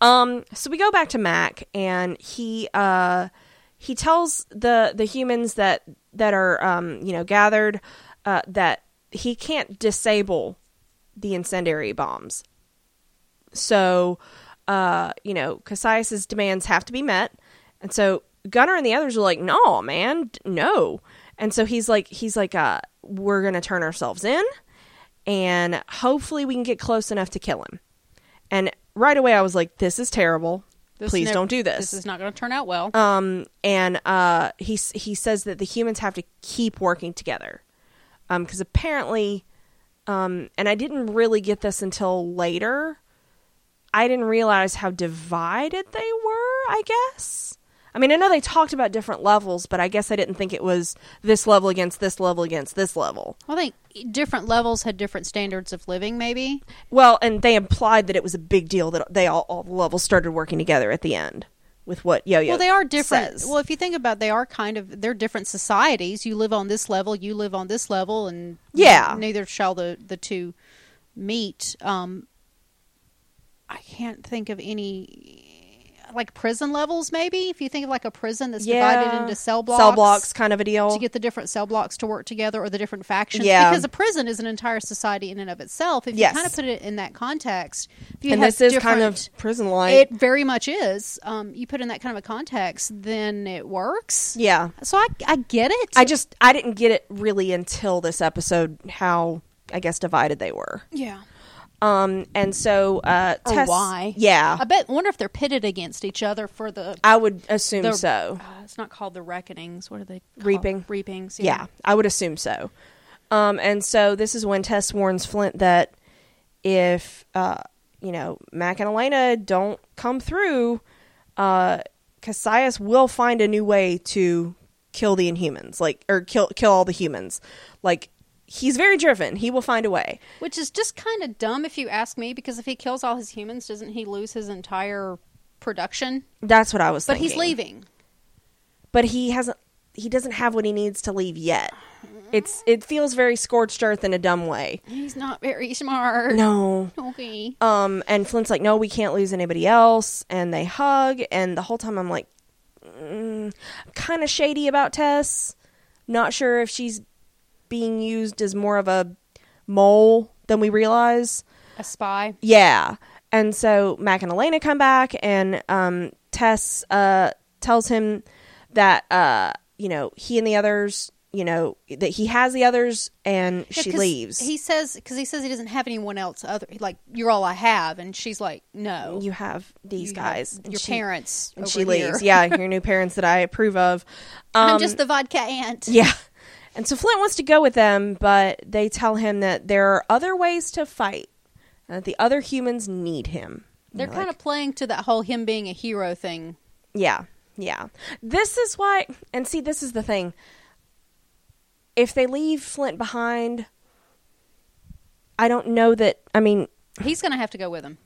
S1: Um so we go back to Mac and he uh he tells the the humans that that are um you know gathered uh that he can't disable the incendiary bombs. So uh you know Cassius's demands have to be met. And so Gunnar and the others are like, "No, man, d- no." And so he's like he's like uh we're going to turn ourselves in and hopefully we can get close enough to kill him. And right away I was like, this is terrible.
S2: This
S1: Please
S2: nev-
S1: don't do this.
S2: This is not going to turn out well.
S1: um, and uh, he s- he says that the humans have to keep working together, because apparently, um, and I didn't really get this until later. I didn't realize how divided they were. I guess. I mean, I know they talked about different levels, but I guess I didn't think it was this level against this level against this level.
S2: I think different levels had different standards of living, maybe.
S1: Well, and they implied that it was a big deal that they all, all the levels started working together at the end with what Yo Yo.
S2: Well, they are different.
S1: says.
S2: Well, if you think about, it, they are kind of they're different societies. You live on this level, you live on this level, and
S1: Yeah.
S2: neither shall the the two meet. Um, I can't think of any like prison levels. Maybe if you think of like a prison that's divided into cell blocks,
S1: cell blocks, kind of a deal.
S2: to get the different cell blocks to work together or the different factions.
S1: Yeah.
S2: Because a prison is an entire society in and of itself. If you
S1: Yes.
S2: kind of put it in that context, if you
S1: and
S2: have
S1: this is kind of
S2: different-
S1: prison life.
S2: it very much is. Um, you put in that kind of a context, then it works.
S1: yeah,
S2: So I, I get it.
S1: I just I didn't get it really until this episode how I guess divided they were.
S2: yeah.
S1: Um, and so uh,
S2: Or
S1: Tess,
S2: why?
S1: Yeah,
S2: I bet. Wonder if they're pitted against each other for the.
S1: I would assume
S2: the
S1: so.
S2: uh, it's not called the reckonings. What are they? Called?
S1: Reaping.
S2: Reapings.
S1: Yeah, I would assume so. Um, and so this is when Tess warns Flint that if uh, you know Mac and Elena don't come through, uh, Cassius will find a new way to kill the Inhumans, like or kill kill all the humans. Like he's very driven; he will find a way.
S2: Which is just kind of dumb if you ask me, because if he kills all his humans, doesn't he lose his entire production?
S1: That's what I was.
S2: But
S1: thinking.
S2: he's leaving.
S1: but he hasn't. He doesn't have what he needs to leave yet. It's it feels very scorched earth in a dumb way.
S2: He's not very *laughs* smart.
S1: No,
S2: Okay.
S1: Um, and Flint's like, no, we can't lose anybody else. And they hug. And the whole time I'm like, mm, kind of shady about Tess. Not sure if she's being used as more of a mole than we realize.
S2: A spy.
S1: Yeah. And so Mac and Elena come back, and um, Tess uh, tells him that, uh, you know, he and the others, you know, that he has the others, and
S2: Yeah,
S1: she
S2: 'cause
S1: leaves.
S2: He says because he says he doesn't have anyone else other like you're all I have, and she's like, no,
S1: you have these
S2: you have
S1: guys. And
S2: your
S1: she-
S2: parents,
S1: and
S2: over
S1: she leaves.
S2: here.
S1: Yeah, your new parents that I approve of. Um,
S2: *laughs* I'm just the vodka aunt.
S1: yeah. And so Flint wants to go with them, but they tell him that there are other ways to fight, and that the other humans need him. And
S2: They're
S1: you're
S2: kind
S1: like,
S2: of playing to that whole him being a hero thing.
S1: yeah, yeah. This is why, and see, this is the thing. If they leave Flint behind, I don't know that. I mean,
S2: He's going to have to go with him.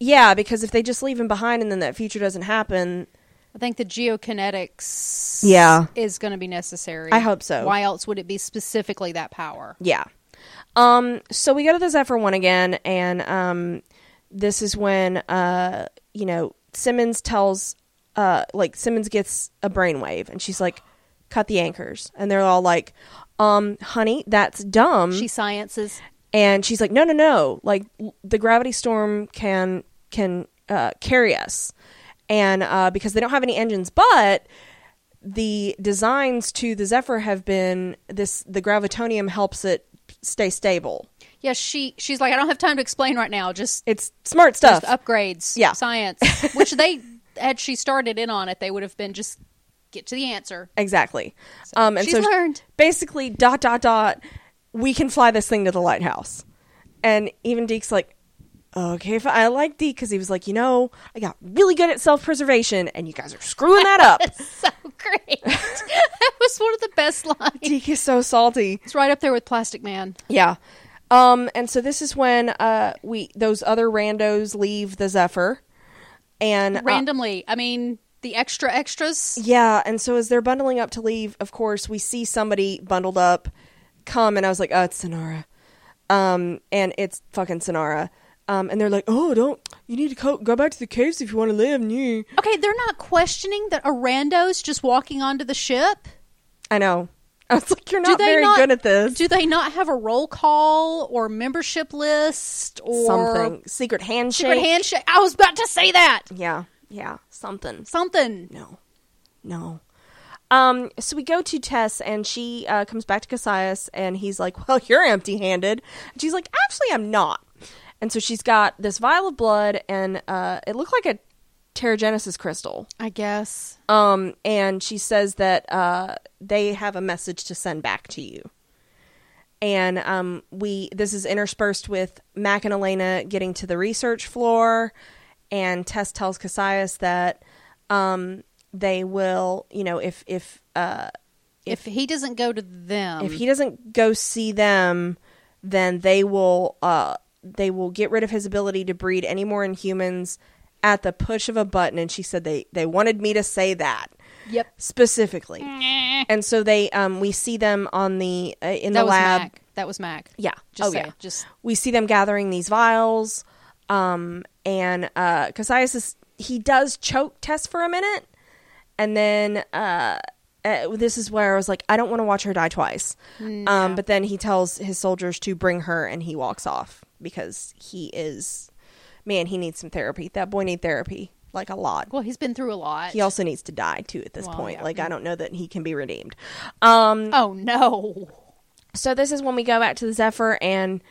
S1: yeah, because if they just leave him behind and then that future doesn't happen,
S2: I think the geokinetics,
S1: Yeah.
S2: is going to be necessary.
S1: I hope so.
S2: Why else would it be specifically that power?
S1: Yeah. Um, so we go to the Zephyr one again, and um, this is when uh, you know Simmons tells, uh, like Simmons gets a brainwave, and she's like, "Cut the anchors," and they're all like, "Um, honey, that's dumb."
S2: She sciences.
S1: and she's like, "No, no, no! Like l- the gravity storm can can uh, carry us, and uh, because they don't have any engines, but." The designs to the Zephyr have been this. The gravitonium helps it stay stable.
S2: Yeah, she she's like, I don't have time to explain right now. Just
S1: It's smart stuff.
S2: just upgrades.
S1: Yeah.
S2: *laughs* Science. Which they had she started in on it, they would have been just get to the answer. *laughs*
S1: Exactly. Um, and
S2: she's
S1: so
S2: learned.
S1: basically, dot dot dot. We can fly this thing to the lighthouse, And even Deke's like, okay, fi- I like Deke because he was like, you know, I got really good at self preservation, and you guys are screwing that up.
S2: So great. that was one of the best lines.
S1: Deke is so salty.
S2: It's right up there with Plastic Man. Uh,
S1: Yeah. Um, and so this is when uh, we those other randos leave the Zephyr, and uh,
S2: Randomly. I mean, the extra extras.
S1: Yeah, and so as they're bundling up to leave, of course, we see somebody bundled up come, and I was like, oh, it's Sonara. Um, and it's fucking Sonara. Um, and they're like, oh, don't, you need to co- go back to the caves if you want to live. New.
S2: Okay, they're not questioning that a rando's just walking onto the ship.
S1: I know. *laughs* I was like, you're
S2: Do
S1: not
S2: they
S1: very
S2: not-
S1: good at this.
S2: Do they not have a roll call or membership list or
S1: Something. Secret handshake.
S2: secret handshake? I was about to say that.
S1: yeah, yeah, something.
S2: Something.
S1: No, no. Um, so we go to Tess, and she uh, comes back to Cassius, and he's like, *laughs* "Well, you're empty-handed." And she's like, "Actually, I'm not." And so she's got this vial of blood, and uh, it looked like a pterogenesis crystal.
S2: I guess.
S1: Um, and she says that uh, they have a message to send back to you. And um, we this is interspersed with Mac and Elena getting to the research floor, and Tess tells Cassius that um, they will, you know, if if uh,
S2: If, he doesn't go to them,
S1: if he doesn't go see them, then they will uh, they will get rid of his ability to breed any more inhumans at the push of a button. And she said they they wanted me to say that
S2: yep.
S1: specifically. And so they, um, we see them on the uh, in
S2: That
S1: the
S2: was
S1: lab.
S2: Mac. That was Mac.
S1: Yeah.
S2: Just
S1: oh
S2: say-
S1: yeah.
S2: Just
S1: We see them gathering these vials. Um, and uh, Cassius is he does choke test for a minute, and then uh, uh, this is where I was like, I don't want to watch her die twice. Um, but then he tells his soldiers to bring her, and he walks off because he is, man, he needs some therapy. That boy need therapy like a lot
S2: well, he's been through a lot.
S1: he also needs to die too at this
S2: Well,
S1: point.
S2: yeah.
S1: Like I don't know that he can be redeemed. Um
S2: oh no.
S1: so this is when we go back to the Zephyr and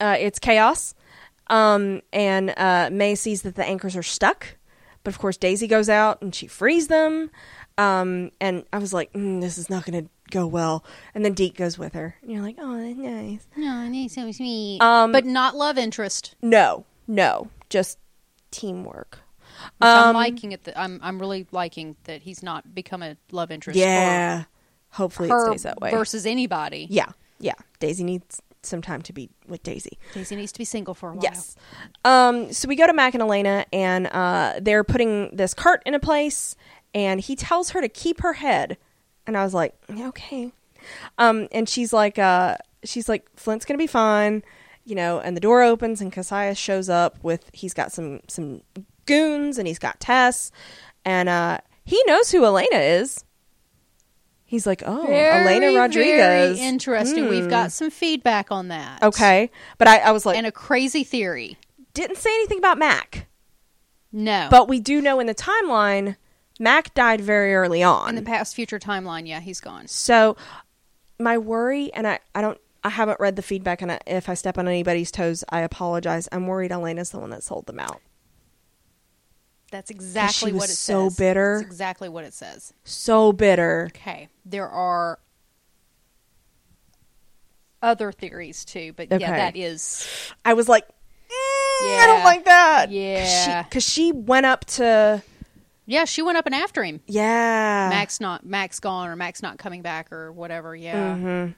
S1: uh it's chaos. Um and uh May sees that the anchors are stuck, but of course Daisy goes out and she frees them. Um and I was like, mm, this is not going to go well. And then Deke goes with her. And you're like, "Oh, that's nice."
S2: No, he's so sweet.
S1: Um,
S2: but not love interest.
S1: No. No. Just teamwork.
S2: Which I'm
S1: Um,
S2: liking it. That I'm I'm really liking that he's not become a love interest.
S1: Yeah.
S2: For
S1: Hopefully it
S2: her
S1: stays that way.
S2: versus anybody.
S1: yeah. Yeah. Daisy needs some time to be with Daisy.
S2: Daisy needs to be single for a while.
S1: Yes. Um, so we go to Mac and Elena, and uh, they're putting this cart in a place, and he tells her to keep her head. And I was like, okay. Um, and she's like, uh, she's like, Flint's gonna be fine, you know. And the door opens, and Cassius shows up with he's got some some goons, and he's got Tess, and uh, he knows who Elena is. He's like, oh, Elena Rodriguez. Hmm.
S2: Very interesting. We've got some feedback on that.
S1: okay, but I, I was like,
S2: And a crazy theory.
S1: didn't say anything about Mac.
S2: No.
S1: But we do know in the timeline, Mac died very early
S2: in
S1: on.
S2: the past future timeline, yeah, he's gone.
S1: so my worry, and I, I don't, I haven't read the feedback, and I, if I step on anybody's toes, I apologize. I'm worried Elena's the one that sold them out.
S2: That's exactly
S1: was
S2: what it
S1: so
S2: says.
S1: bitter.
S2: That's exactly what it says.
S1: So bitter.
S2: Okay. There are other theories too, but
S1: Okay.
S2: yeah, that is
S1: I was like, "Mm, I don't
S2: Yeah.
S1: like that.
S2: Yeah.
S1: Because she, went up to,
S2: Yeah, she went up and after him.
S1: yeah.
S2: Max not Max gone or Max not coming back or whatever. Yeah.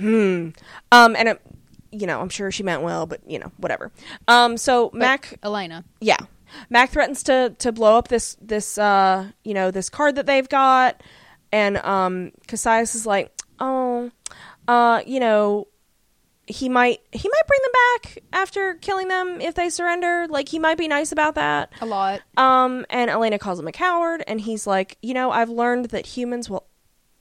S1: Mm-hmm. Um, and, it, you know, I'm sure she meant well, but, you know, whatever. Um, so
S2: But
S1: Mac
S2: Elena.
S1: Yeah. Mac threatens to to blow up this this uh you know this card that they've got and um Cassius is like, "Oh, uh you know, he might he might bring them back after killing them if they surrender. Like he might be nice about that."
S2: A lot.
S1: Um and Elena calls him a coward and he's like, "You know, I've learned that humans will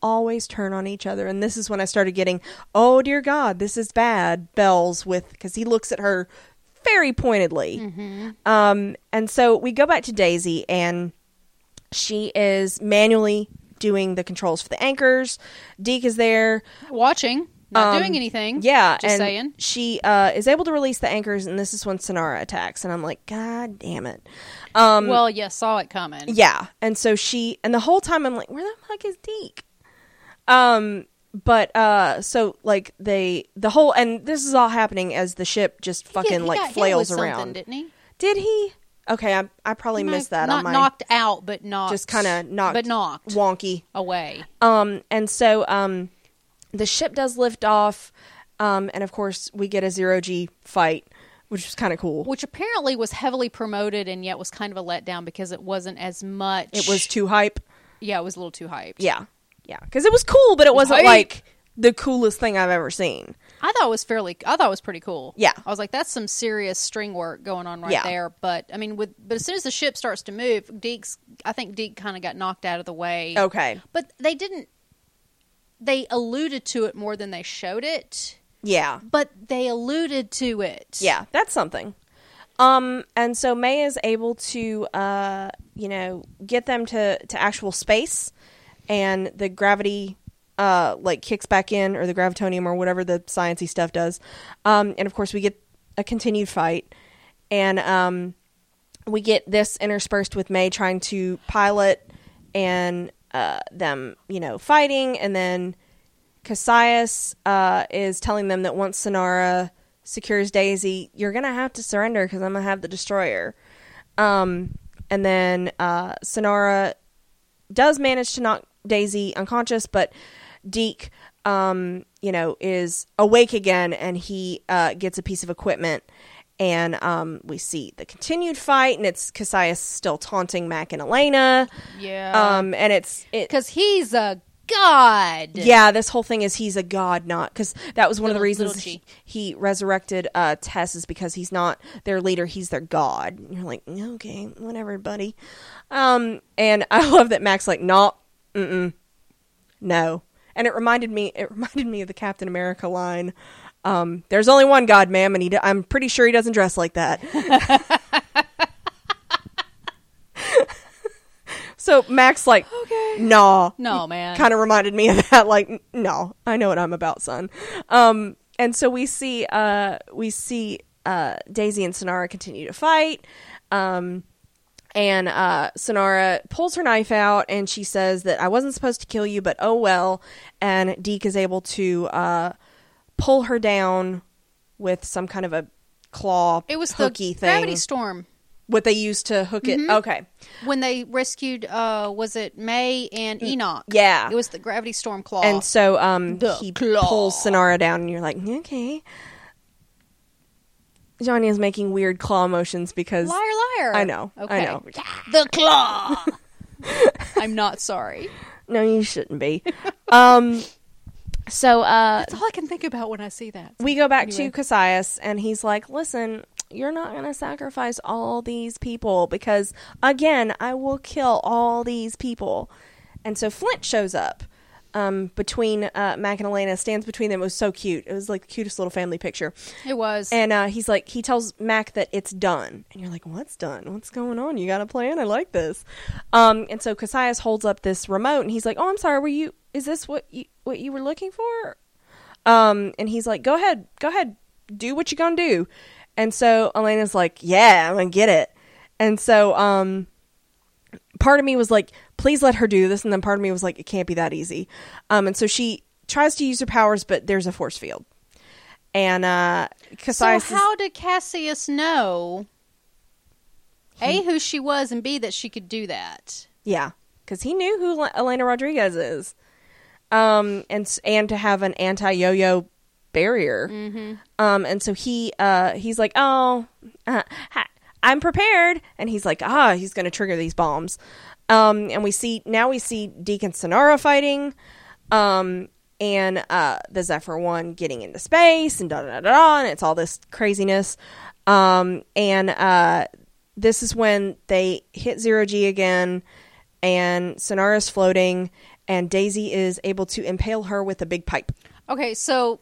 S1: always turn on each other." And this is when I started getting, "Oh dear god, this is bad." Bells with cuz he looks at her very pointedly.
S2: Mm-hmm.
S1: Um, and so we go back to Daisy, and she is manually doing the controls for the anchors. Deke is there.
S2: Watching. Not
S1: Um,
S2: doing anything.
S1: Yeah,
S2: Mm-hmm. Just
S1: and
S2: saying.
S1: she uh, is able to release the anchors, and this is when Sonara attacks, and I'm like, God damn it! Um,
S2: well, yeah, saw it coming.
S1: yeah, and so she, and the whole time I'm like, where the fuck is Deke? Um, But uh so like they the whole and this is all happening as the ship just
S2: Yeah,
S1: fucking
S2: he got
S1: like
S2: hit
S1: flails
S2: with something,
S1: around. Did,
S2: didn't he?
S1: he? Okay, I I probably
S2: Might-
S1: missed that
S2: Not
S1: on my
S2: knocked out, but knocked.
S1: just kind of knocked
S2: but knocked
S1: wonky.
S2: away.
S1: Um and so um the ship does lift off um and of course we get a zero G fight, which is kind of cool.
S2: Which apparently was heavily promoted and yet was kind of a letdown because it wasn't as much.
S1: It was too hype.
S2: yeah, it was a little too hyped.
S1: Yeah. Yeah, cuz it was cool, but it wasn't
S2: hype.
S1: like the coolest thing I've ever seen.
S2: I thought it was fairly. I thought it was pretty cool.
S1: Yeah.
S2: I was like, that's some serious string work going on right
S1: Yeah.
S2: there. But I mean, with but as soon as the ship starts to move, Deke's. I think Deke kind of got knocked out of the way.
S1: Okay.
S2: But they didn't. They alluded to it more than they showed it,
S1: Yeah.
S2: but they alluded to it.
S1: Yeah, that's something. Um, and so May is able to, uh, you know, get them to, to actual space, and the gravity, uh, like kicks back in, or the gravitonium, or whatever the sciency stuff does. Um, and of course, we get a continued fight, and um, we get this interspersed with May trying to pilot and uh, them, you know, fighting, and then Cassius uh, is telling them that once Sonara secures Daisy, you're gonna have to surrender because I'm gonna have the destroyer. Um, and then uh, Sonara does manage to knock Daisy unconscious, but Deke, um, you know, is awake again, and he uh, gets a piece of equipment. And um, we see the continued fight, and it's Cassius still taunting Mac and Elena.
S2: Yeah.
S1: Um, and it's it,
S2: Because he's a god.
S1: yeah, this whole thing is he's a god, not because that was one of the
S2: Little-
S1: reasons
S2: little
S1: he,
S2: G.
S1: he resurrected uh, Tess is because he's not their leader; he's their god. And you're like, okay, whatever, buddy. Um, and *laughs* I love that Max like, nah, mm-mm, no. And it reminded me, it *laughs* reminded me of the Captain America line. Um, there's only one God, ma'am, and he. Do- I'm pretty sure he doesn't dress like that. *laughs* so Max like, okay, nah,
S2: No, man.
S1: kind of reminded me of that like n- no i know what i'm about son um and so we see uh we see uh daisy and sonara continue to fight um and uh sonara pulls her knife out and she says that i wasn't supposed to kill you but oh well and deke is able to uh pull her down with some kind of a claw
S2: It was the
S1: hooky thing
S2: gravity Mm-hmm. storm
S1: what they used to hook it okay
S2: when they rescued. Uh, was it May and Enoch?
S1: Mm. yeah.
S2: It was the gravity storm claw.
S1: And so um
S2: Oh, The
S1: he
S2: claw.
S1: pulls Sonara down and you're like, okay. Johnny is making weird claw motions because
S2: liar, liar.
S1: I know, I
S2: Okay.
S1: know. *laughs*
S2: The claw. *laughs* I'm not sorry.
S1: no you shouldn't
S2: *laughs*
S1: be. um so uh
S2: That's all I can think about when I see that.
S1: we go back
S2: Anyway.
S1: to Cassius and he's like, "Listen, you're not going to sacrifice all these people because again, I will kill all these people." And so Flint shows up. Um, between uh, Mac and Elena stands between them. It was so cute. It was like the cutest little family picture.
S2: It was.
S1: And uh, he's like, he tells Mac that it's done. And you're like, what's done? What's going on? You got a plan? I like this. Um, and so Cassius holds up this remote and he's like, oh, I'm sorry. Were you, is this what you, what you were looking for? Um, and he's like, go ahead, go ahead, do what you gonna do. And so Elena's like, yeah, I'm gonna get it. And so, um, part of me was like, please let her do this, and then part of me was like, it can't be that easy. Um, and so she tries to use her powers, but there's a force field. And uh,
S2: so
S1: Cassius, is-
S2: how did Cassius know? A who she was and B that she could do that.
S1: yeah, because he knew who Le- Elena Rodriguez is, um, and s- and to have an anti yo-yo barrier, um, and so he uh, he's like, oh, uh, hi, I'm prepared, and he's like, ah, he's gonna trigger these bombs, um, and we see now we see Deacon Sonara fighting, um, and uh, the Zephyr One getting into space and da da da da, and it's all this craziness, um, and uh, this is when they hit zero G again, and Sonara's floating, and Daisy is able to impale her with a big pipe.
S2: Okay, so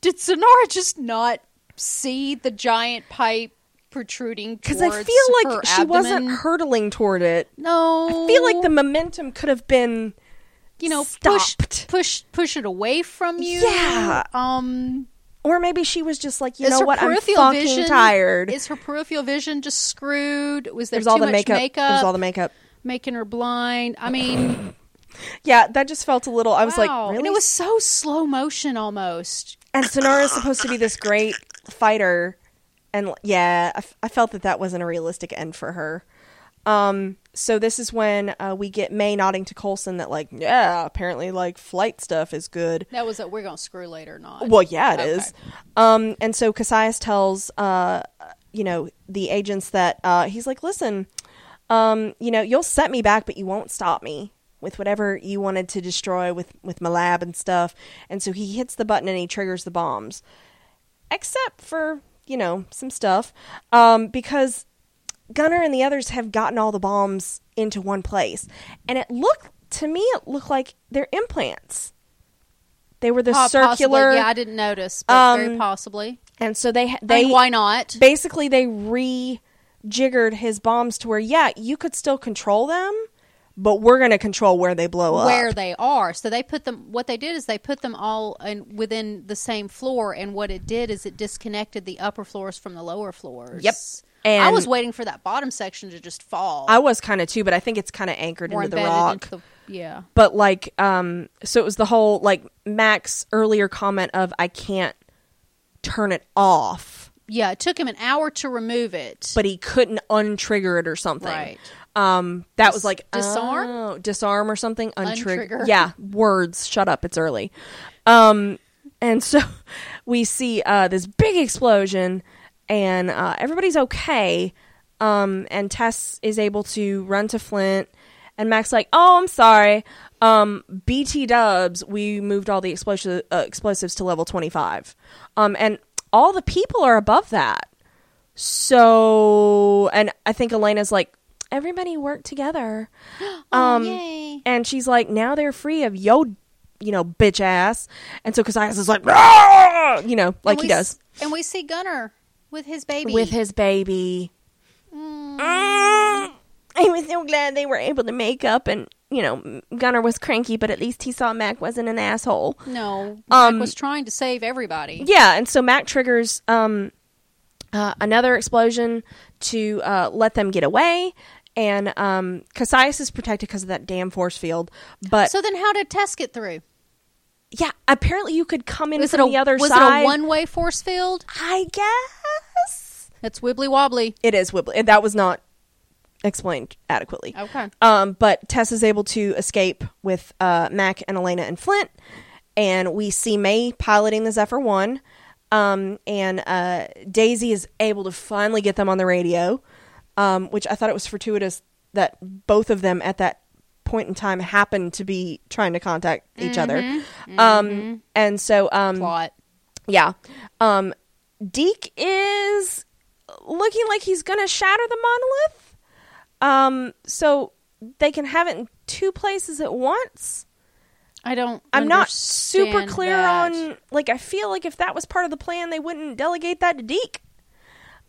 S2: did Sonara just not see the giant pipe protruding?
S1: Because
S2: Because
S1: I feel like she wasn't hurtling toward it.
S2: No,
S1: I feel
S2: Oh.
S1: like the momentum could have been
S2: you know push
S1: stopped.
S2: push push it away from you.
S1: Yeah.
S2: Um.
S1: Or maybe she was just like, you
S2: is
S1: know
S2: her
S1: what? I'm
S2: peripheral
S1: fucking
S2: vision,
S1: tired.
S2: Is her peripheral vision just screwed? Was there
S1: There's
S2: too
S1: all the
S2: much
S1: makeup.
S2: makeup,
S1: There's all the makeup.
S2: making her blind? I mean,
S1: Yeah, that just felt a little. *sighs* I was
S2: Wow.
S1: like,
S2: And
S1: really?
S2: it was so slow motion almost.
S1: and Sonara's supposed to be this great fighter, and yeah, I, f- I felt that that wasn't a realistic end for her. Um, so this is when uh, we get May nodding to Colson that like, yeah, apparently like flight stuff is good.
S2: That was a we're gonna screw later, not
S1: Well, yeah, it
S2: Okay.
S1: is. Um, and so Cassius tells, uh, you know, the agents that uh, he's like, listen, um, you know, you'll set me back, but you won't stop me with whatever you wanted to destroy with with my lab and stuff. And so he hits the button and he triggers the bombs, except for you know some stuff, um, because Gunner and the others have gotten all the bombs into one place, and it looked to me it looked like they're implants. They were the
S2: Po- possibly-
S1: circular.
S2: yeah, I didn't notice, but very
S1: um,
S2: possibly.
S1: And so they they
S2: They why not?
S1: basically they rejiggered his bombs to where yeah, you could still control them, but we're going to control where they blow up.
S2: Where they are. So they put them what they did is they put them all in within the same floor and what it did is it disconnected the upper floors from the lower floors.
S1: Yep.
S2: I
S1: And-
S2: was waiting for that bottom section to just fall.
S1: I was kind of too, but I think it's kind of anchored
S2: More
S1: into the
S2: embedded
S1: rock.
S2: into the- yeah.
S1: but like um so it was the whole like Max earlier comment of I can't turn it off.
S2: Yeah, it took him an hour to remove it.
S1: but he couldn't untrigger it or something.
S2: Right.
S1: Um, that was like
S2: disarm?
S1: oh, disarm or something. Untrigger.
S2: Untrigger.
S1: Yeah. Words. Shut up. It's early. Um, and so *laughs* we see uh, this big explosion, and uh, everybody's okay. Um, and Tess is able to run to Flint, and Max like, oh, I'm sorry. Um, BT Dubs, we moved all the explosi- uh, explosives to level 25. Um, and all the people are above that. So, and I think Elena's like, everybody work together.
S2: oh, yay.
S1: Um, And she's like, now they're free of yo, you know, bitch ass. And so Cassius is like, "Rah!" you know, like
S2: And
S1: he
S2: we
S1: does
S2: s- And we see Gunner with his baby.
S1: with his baby. Mm. I was so glad they were able to make up. And, you know, Gunner was cranky, but at least he saw Mac wasn't an asshole.
S2: No,
S1: Um,
S2: Mac was trying to save everybody.
S1: Yeah, and so Mac triggers um, uh, another explosion to uh, let them get away, and um, Cassius is protected because of that damn force field. But
S2: So then, how did Tess get through?
S1: yeah, apparently you could come in
S2: Was it
S1: from
S2: a
S1: the other
S2: was
S1: side.
S2: it a one way force field?
S1: I guess
S2: That's wibbly wobbly.
S1: it is Wibbly. and That was not explained adequately.
S2: Okay.
S1: Um, but Tess is able to escape with uh, Mac and Elena and Flint, and we see May piloting the Zephyr One, um, and uh, Daisy is able to finally get them on the radio, um, which I thought it was fortuitous that both of them at that point in time happened to be trying to contact each other.
S2: Mm-hmm.
S1: Um, and so um,
S2: Plot.
S1: yeah. Um Deke is looking like he's going to shatter the monolith. Um so they can have it in two places at once.
S2: I don't.
S1: I'm not
S2: understand
S1: super clear
S2: that.
S1: on like I feel like if that was part of the plan they wouldn't delegate that to Deke.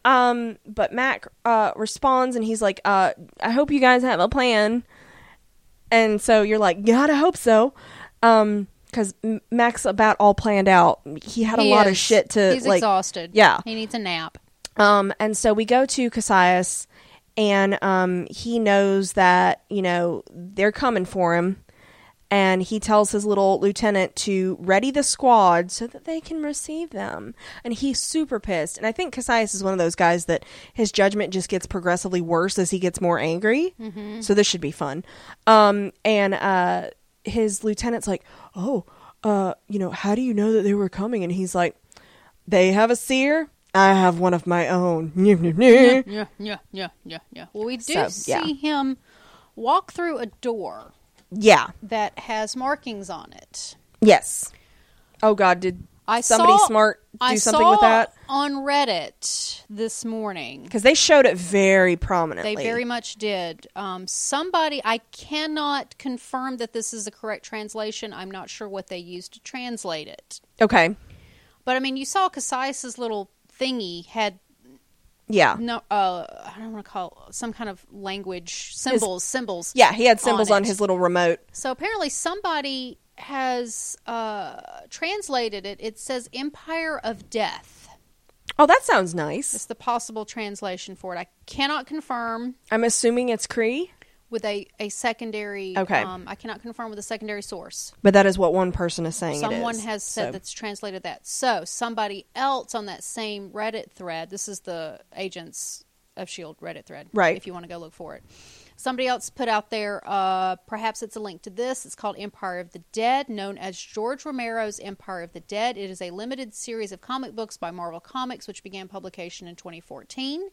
S1: Um but Mac uh responds and he's like uh I hope you guys have a plan. And so you're like God I hope so. Um cuz Mac's about all planned out. He had a
S2: He
S1: lot of
S2: is.
S1: shit to
S2: He's
S1: like
S2: exhausted.
S1: yeah.
S2: he needs a nap.
S1: um, and so we go to Cassius, and um, he knows that, you know, they're coming for him. And he tells his little lieutenant to ready the squad so that they can receive them. And he's super pissed. And I think Cassius is one of those guys that his judgment just gets progressively worse as he gets more angry. So this should be fun. Um, and uh, his lieutenant's like, oh, uh, you know, how do you know that they were coming? And he's like, they have a seer. I have one of my own. *laughs* Nyeh, nyeh, nyeh.
S2: Yeah, yeah, yeah, yeah, yeah. Well, we do
S1: So,
S2: see
S1: yeah.
S2: him walk through a door
S1: yeah.
S2: that has markings on it.
S1: Yes. Oh God, did
S2: I
S1: somebody
S2: saw-
S1: smart do
S2: I
S1: something
S2: saw
S1: with that?
S2: on Reddit this morning.
S1: Because they showed it very
S2: They
S1: prominently.
S2: very much did. Um, somebody, I cannot confirm that this is the correct translation. I'm not sure what they used to translate it.
S1: okay.
S2: But I mean, you saw Cassius's little thingy had
S1: Yeah.
S2: no, uh, I don't want to call it- some kind of language symbols, symbols.
S1: Yeah, he had symbols on,
S2: it.
S1: his little remote.
S2: So apparently, somebody has uh, translated it. It says "Empire of Death."
S1: Oh, that sounds nice.
S2: It's the possible translation for it. I cannot confirm.
S1: I'm assuming it's Cree.
S2: with a, a secondary.
S1: Okay.
S2: Um, I cannot confirm with a secondary source.
S1: But that is what one person is saying. it
S2: Someone
S1: is.
S2: has said
S1: So-
S2: that's translated that. So somebody else on that same Reddit thread. This is the Agents of Shield E Reddit thread,
S1: Right.
S2: If you want to go look for it. Somebody else put out there. Uh, perhaps it's a link to this. It's called Empire of the Dead, known as George Romero's Empire of the Dead. It is a limited series of comic books by Marvel Comics, which began publication in 2014.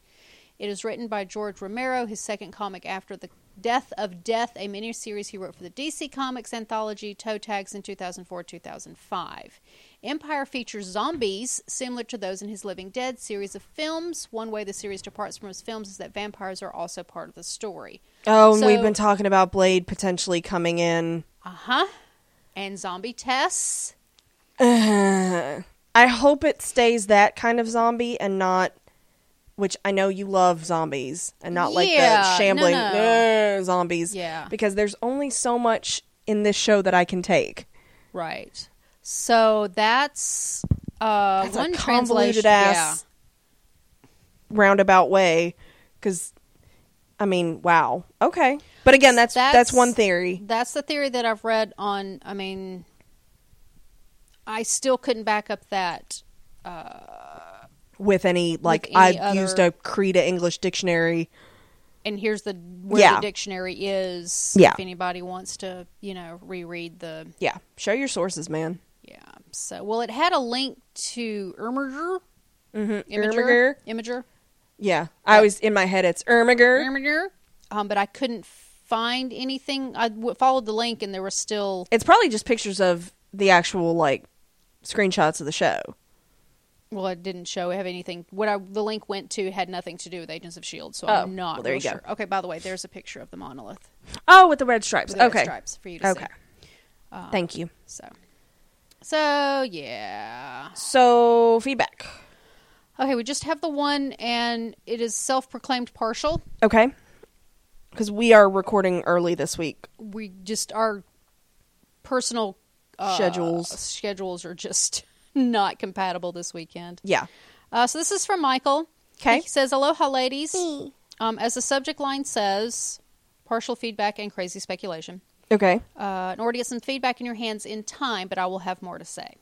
S2: It is written by George Romero, his second comic after the Death of Death, a miniseries he wrote for the DC Comics anthology Toe Tags in 2004 2005. Empire features zombies similar to those in his Living Dead series of films. One way the series departs from his films is that vampires are also part of the story.
S1: Oh, and we've
S2: So-
S1: been talking about Blade potentially coming in.
S2: Uh huh. And zombie tests.
S1: I hope it stays that kind of zombie and not, which I know you love zombies and not like
S2: Yeah,
S1: the shambling
S2: no, no.
S1: "Grr," zombies.
S2: Yeah.
S1: Because there's only so much in this show that I can take.
S2: Right. So that's uh,
S1: That's
S2: one
S1: a convoluted
S2: translation.
S1: ass roundabout way. Because, I mean, wow. Okay. But again, that's that's,
S2: That's-
S1: one theory.
S2: Yeah. That's the theory that I've read on. I mean, I still couldn't back up that.
S1: With any like,
S2: any
S1: I've
S2: other-
S1: used a Krita English dictionary.
S2: And here's the where
S1: Yeah.
S2: the dictionary is.
S1: Yeah.
S2: If anybody wants to, you know, reread the
S1: Yeah, show your sources, man.
S2: yeah. So well, it had a link to Ermiger.
S1: Mm-hmm.
S2: Imager. Imager.
S1: Yeah, I always in my head it's Ermiger.
S2: Ermiger. Um, but I couldn't find anything. I w- followed the link, and there was still
S1: It's probably just pictures of the actual like screenshots of the show.
S2: Well, it didn't show have anything. What I, the link went to had nothing to do with Agents of Shield, E so
S1: Oh,
S2: I'm not
S1: well, there
S2: real
S1: you go.
S2: sure. Okay, by the way, there's a picture of the monolith.
S1: Oh, with the red stripes.
S2: With the red
S1: okay,
S2: stripes for you to Um,
S1: okay. Thank you.
S2: see. So, so yeah.
S1: So feedback.
S2: Okay, we just have the one, and it is self-proclaimed partial.
S1: Okay, because we are recording early this week.
S2: We just our personal uh,
S1: Schedules.
S2: schedules are just *laughs* not compatible this weekend.
S1: Yeah.
S2: Uh, so this is from Michael.
S1: 'Kay.
S2: He says, Aloha, ladies. Um, as the subject line says, partial feedback and crazy speculation.
S1: Okay.
S2: Uh, in order to get some feedback in your hands in time, but I will have more to say.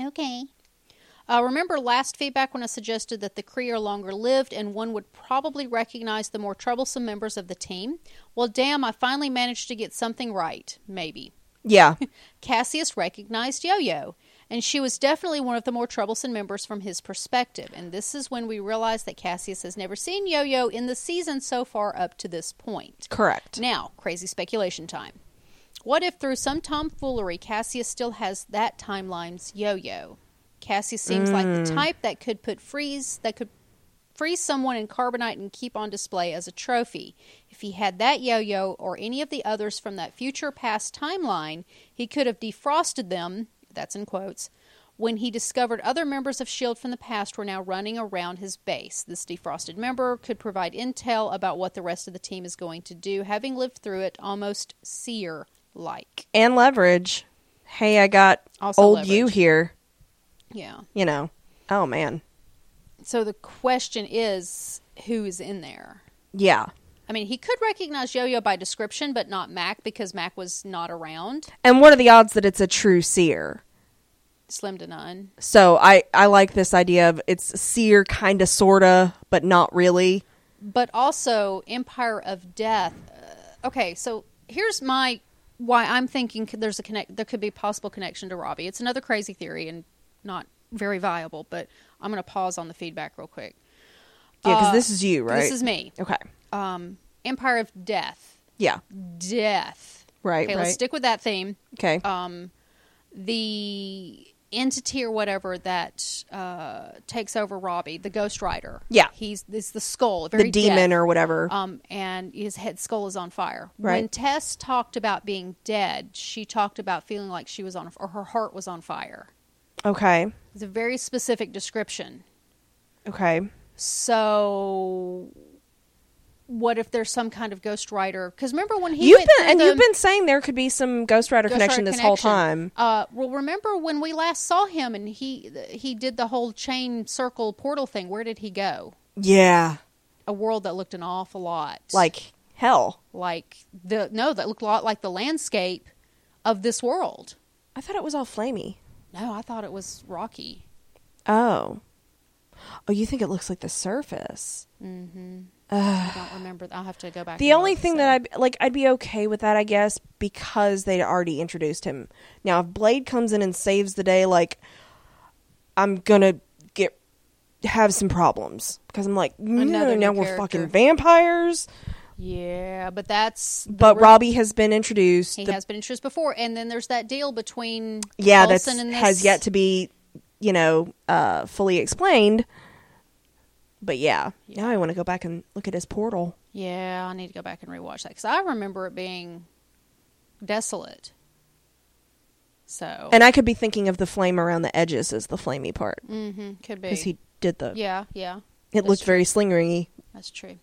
S2: Okay. Uh, remember last feedback when I suggested that the Kree are longer lived and one would probably recognize the more troublesome members of the team? Well, damn, I finally managed to get something right. Maybe. *laughs*
S1: Yeah.
S2: Cassius recognized Yo Yo, and she was definitely one of the more troublesome members from his perspective. And this is when we realize that Cassius has never seen Yo Yo in the season so far up to this point.
S1: Correct.
S2: Now, crazy speculation time. What if through some tomfoolery, Cassius still has that timeline's yo yo? Cassius seems like the type that could put freeze that could freeze someone in carbonite and keep on display as a trophy. If he had that yo yo or any of the others from that future past timeline, he could have defrosted them that's in quotes when he discovered other members of S.H.I.E.L.D. E from the past were now running around his base. This defrosted member could provide intel about what the rest of the team is going to do, having lived through it almost seer like.
S1: And leverage. Hey, I got
S2: Also
S1: old
S2: leverage.
S1: you here.
S2: Yeah.
S1: You know. Oh man.
S2: So the question is who is in there?
S1: Yeah.
S2: I mean, he could recognize Yo Yo by description, but not Mac because Mac was not around.
S1: And what are the odds that it's a true seer?
S2: Slim to none.
S1: So I I like this idea of it's seer kind of sorta but not really.
S2: but also Empire of Death. Uh, okay, so here's my why I'm thinking c- there's a connect. There could be a possible connection to Robbie. It's another crazy theory and not very viable. But I'm going to pause on the feedback real quick.
S1: Yeah, because
S2: Uh,
S1: this is you, right?
S2: This is me.
S1: okay.
S2: Um, Empire of Death.
S1: Yeah.
S2: Death.
S1: Right.
S2: Okay,
S1: right.
S2: let's stick with that theme.
S1: okay.
S2: Um, the entity or whatever that uh, takes over Robbie, the Ghost Rider.
S1: Yeah.
S2: he's it's the skull, very
S1: the demon
S2: death.
S1: or whatever.
S2: Um, and his head skull is on fire. When
S1: Right.
S2: Tess talked about being dead, she talked about feeling like she was on, or her heart was on fire.
S1: okay.
S2: It's a very specific description.
S1: Okay.
S2: So, what if there's some kind of ghost rider? Because remember when he
S1: You've
S2: went
S1: been
S2: through
S1: and
S2: the
S1: you've been saying there could be some Ghost Rider
S2: Ghost
S1: connection
S2: Rider
S1: this whole
S2: connection.
S1: time.
S2: Uh, well, remember when we last saw him and he he did the whole chain circle portal thing? Where did he go?
S1: Yeah.
S2: A world that looked an awful lot
S1: Like hell.
S2: like the no that looked a lot like the landscape of this world
S1: I thought it was all flamey.
S2: no i thought it was rocky
S1: Oh. Oh, you think it looks like the surface?
S2: i
S1: *sighs*
S2: don't remember i'll have to go back
S1: The only thing that I like, I'd be okay with that, I guess, because they'd already introduced him. Now, if Blade comes in and saves the day, like, I'm gonna get have some problems because I'm like, no,
S2: Another
S1: now
S2: new
S1: we're
S2: character.
S1: fucking vampires.
S2: yeah but that's the
S1: But
S2: real-
S1: Robbie has been introduced.
S2: he
S1: The-
S2: has been introduced before and then there's that deal between
S1: yeah, that
S2: Coulson and this,
S1: has yet to be, you know, uh, fully explained. But yeah, now I want to go back and look at his portal.
S2: yeah i need to go back and rewatch that because i remember it being desolate so
S1: And I could be thinking of the flame around the edges as the flamey part
S2: hmm could be
S1: because he did the.
S2: yeah yeah
S1: It looked very slingery.
S2: that's true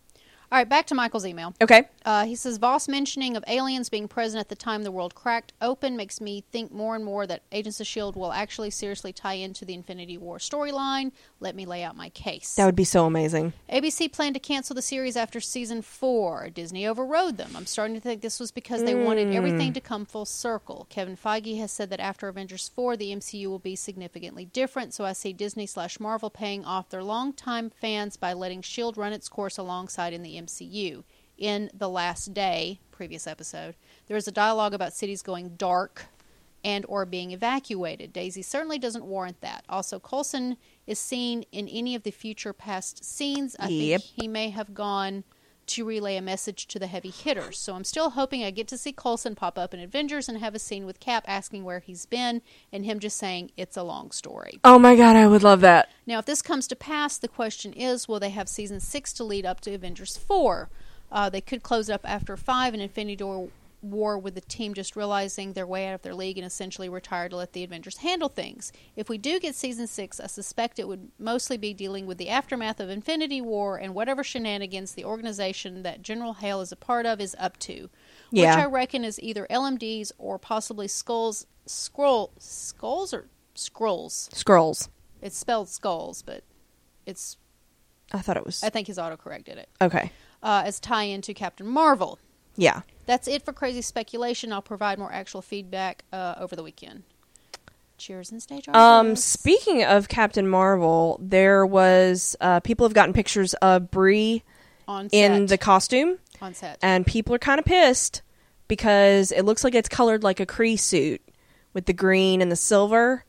S2: all right back to michael's email
S1: Okay.
S2: Uh, he says, Voss mentioning of aliens being present at the time the world cracked open makes me think more and more that Agents of S.H.I.E.L.D. E will actually seriously tie into the Infinity War storyline. Let me lay out my case.
S1: That would be so amazing.
S2: ABC planned to cancel the series after season four. Disney overrode them. I'm starting to think this was because they wanted everything to come full circle. Kevin Feige has said that after Avengers 4, the MCU will be significantly different, so I see Disney slash Marvel paying off their longtime fans by letting S.H.I.E.L.D. E run its course alongside in the MCU. In The Last Day, previous episode, there is a dialogue about cities going dark and or being evacuated. Daisy certainly doesn't warrant that. Also, Coulson is seen in any of the future past scenes. I
S1: Yep.
S2: think he may have gone to relay a message to the heavy hitters. So I'm still hoping I get to see Coulson pop up in Avengers and have a scene with Cap asking where he's been and him just saying it's a long story.
S1: Oh my god, I would love that.
S2: Now, if this comes to pass, the question is will they have season six to lead up to Avengers 4? Uh, they could close up after five and Infinity Door- War with the team just realizing their way out of their league and essentially retire to let the Avengers handle things. If we do get season six, I suspect it would mostly be dealing with the aftermath of Infinity War and whatever shenanigans the organization that General Hale is a part of is up to.
S1: Yeah.
S2: Which I reckon is either LMDs or possibly Skulls, Scroll, Skulls or Scrolls?
S1: Scrolls.
S2: It's spelled skulls, but it's.
S1: I thought it was
S2: I think he's autocorrected it
S1: okay.
S2: uh, as tie-in to Captain Marvel.
S1: Yeah.
S2: That's it for crazy speculation. I'll provide more actual feedback uh, over the weekend. Cheers and stay dry.
S1: Um,
S2: guys.
S1: speaking of Captain Marvel, there was uh, people have gotten pictures of Brie
S2: on set.
S1: in the costume,
S2: on set.
S1: and people are kind of pissed because it looks like it's colored like a Cree suit with the green and the silver.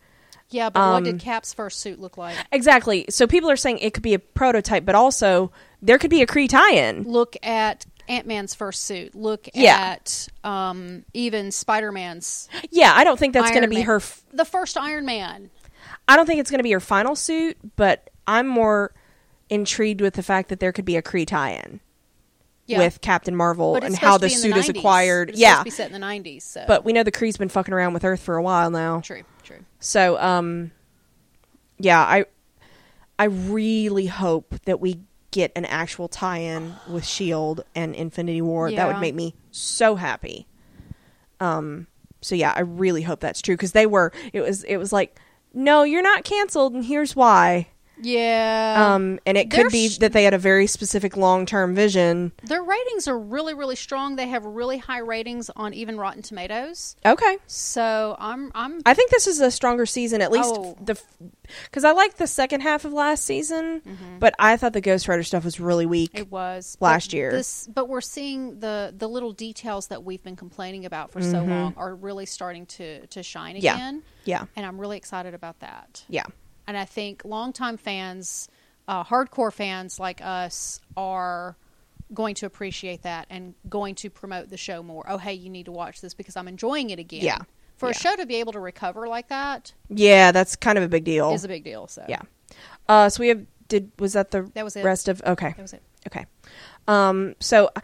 S2: yeah, but what
S1: um,
S2: did Cap's first suit look like?
S1: Exactly. So people are saying it could be a prototype, but also there could be a Cree tie-in.
S2: Look at Ant Man's first suit. Look
S1: Yeah.
S2: at um, even Spider Man's.
S1: Yeah, I don't think that's going to
S2: Iron
S1: be
S2: Man.
S1: her. F-
S2: The first Iron Man.
S1: I don't think it's going to be her final suit, but I'm more intrigued with the fact that there could be a Kree tie-in
S2: Yeah.
S1: with Captain Marvel
S2: but it's
S1: and
S2: supposed
S1: how
S2: to
S1: the
S2: be in
S1: suit is
S2: 90s.
S1: acquired.
S2: It's supposed
S1: yeah,
S2: to be set in the nineties. So
S1: but we know the Kree's been fucking around with Earth for a while now.
S2: true, true.
S1: So, um, yeah, I, I really hope that we get an actual tie-in with Shield E and Infinity War. That
S2: Yeah.
S1: would make me so happy. Um, so yeah, I really hope that's true because they were. It was. It was like, no, you're not canceled, and here's why.
S2: Yeah.
S1: Um, and it could
S2: There's-
S1: be that they had a very specific long term vision.
S2: Their ratings are really, really strong. They have really high ratings on even Rotten Tomatoes.
S1: Okay.
S2: So I'm, I'm,
S1: I think this is a stronger season, at least
S2: Oh.
S1: the, because I liked the second half of last season, but I thought the Ghost Rider stuff was really weak.
S2: Mm-hmm. it was
S1: Last
S2: but
S1: year.
S2: This, but we're seeing the the little details that we've been complaining about for so long are really starting to to shine
S1: Mm-hmm. Yeah.
S2: again.
S1: yeah,
S2: And I'm really excited about that.
S1: yeah,
S2: And I think longtime fans, uh, hardcore fans like us, are going to appreciate that and going to promote the show more. Oh, hey, you need to watch this because I'm enjoying it again.
S1: Yeah.
S2: For a
S1: Yeah.
S2: show to be able to recover like that
S1: yeah. That's kind of a big deal.
S2: is a big deal. So
S1: Oh. yeah. Uh, so we have did was that the
S2: That was it.
S1: rest of okay
S2: That was it.
S1: okay, um. So, *sighs*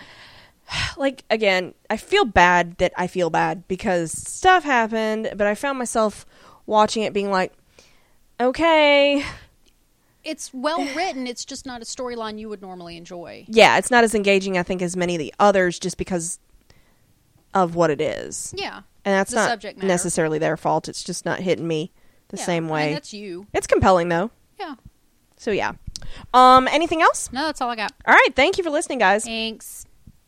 S1: like again, I feel bad that I feel bad because stuff happened, but I found myself watching it being like, okay,
S2: It's well written. It's just not a storyline you would normally enjoy.
S1: yeah, it's not as engaging, I think, as many of the others just because of what it is.
S2: Yeah.
S1: And that's
S2: the
S1: not
S2: subject matter.
S1: necessarily their fault. It's just not hitting me the
S2: Yeah. I
S1: same
S2: mean,
S1: way.
S2: that's you.
S1: it's compelling though.
S2: Yeah.
S1: So yeah. Um anything else?
S2: No, that's all I got.
S1: All right, thank you for listening, guys.
S2: Thanks.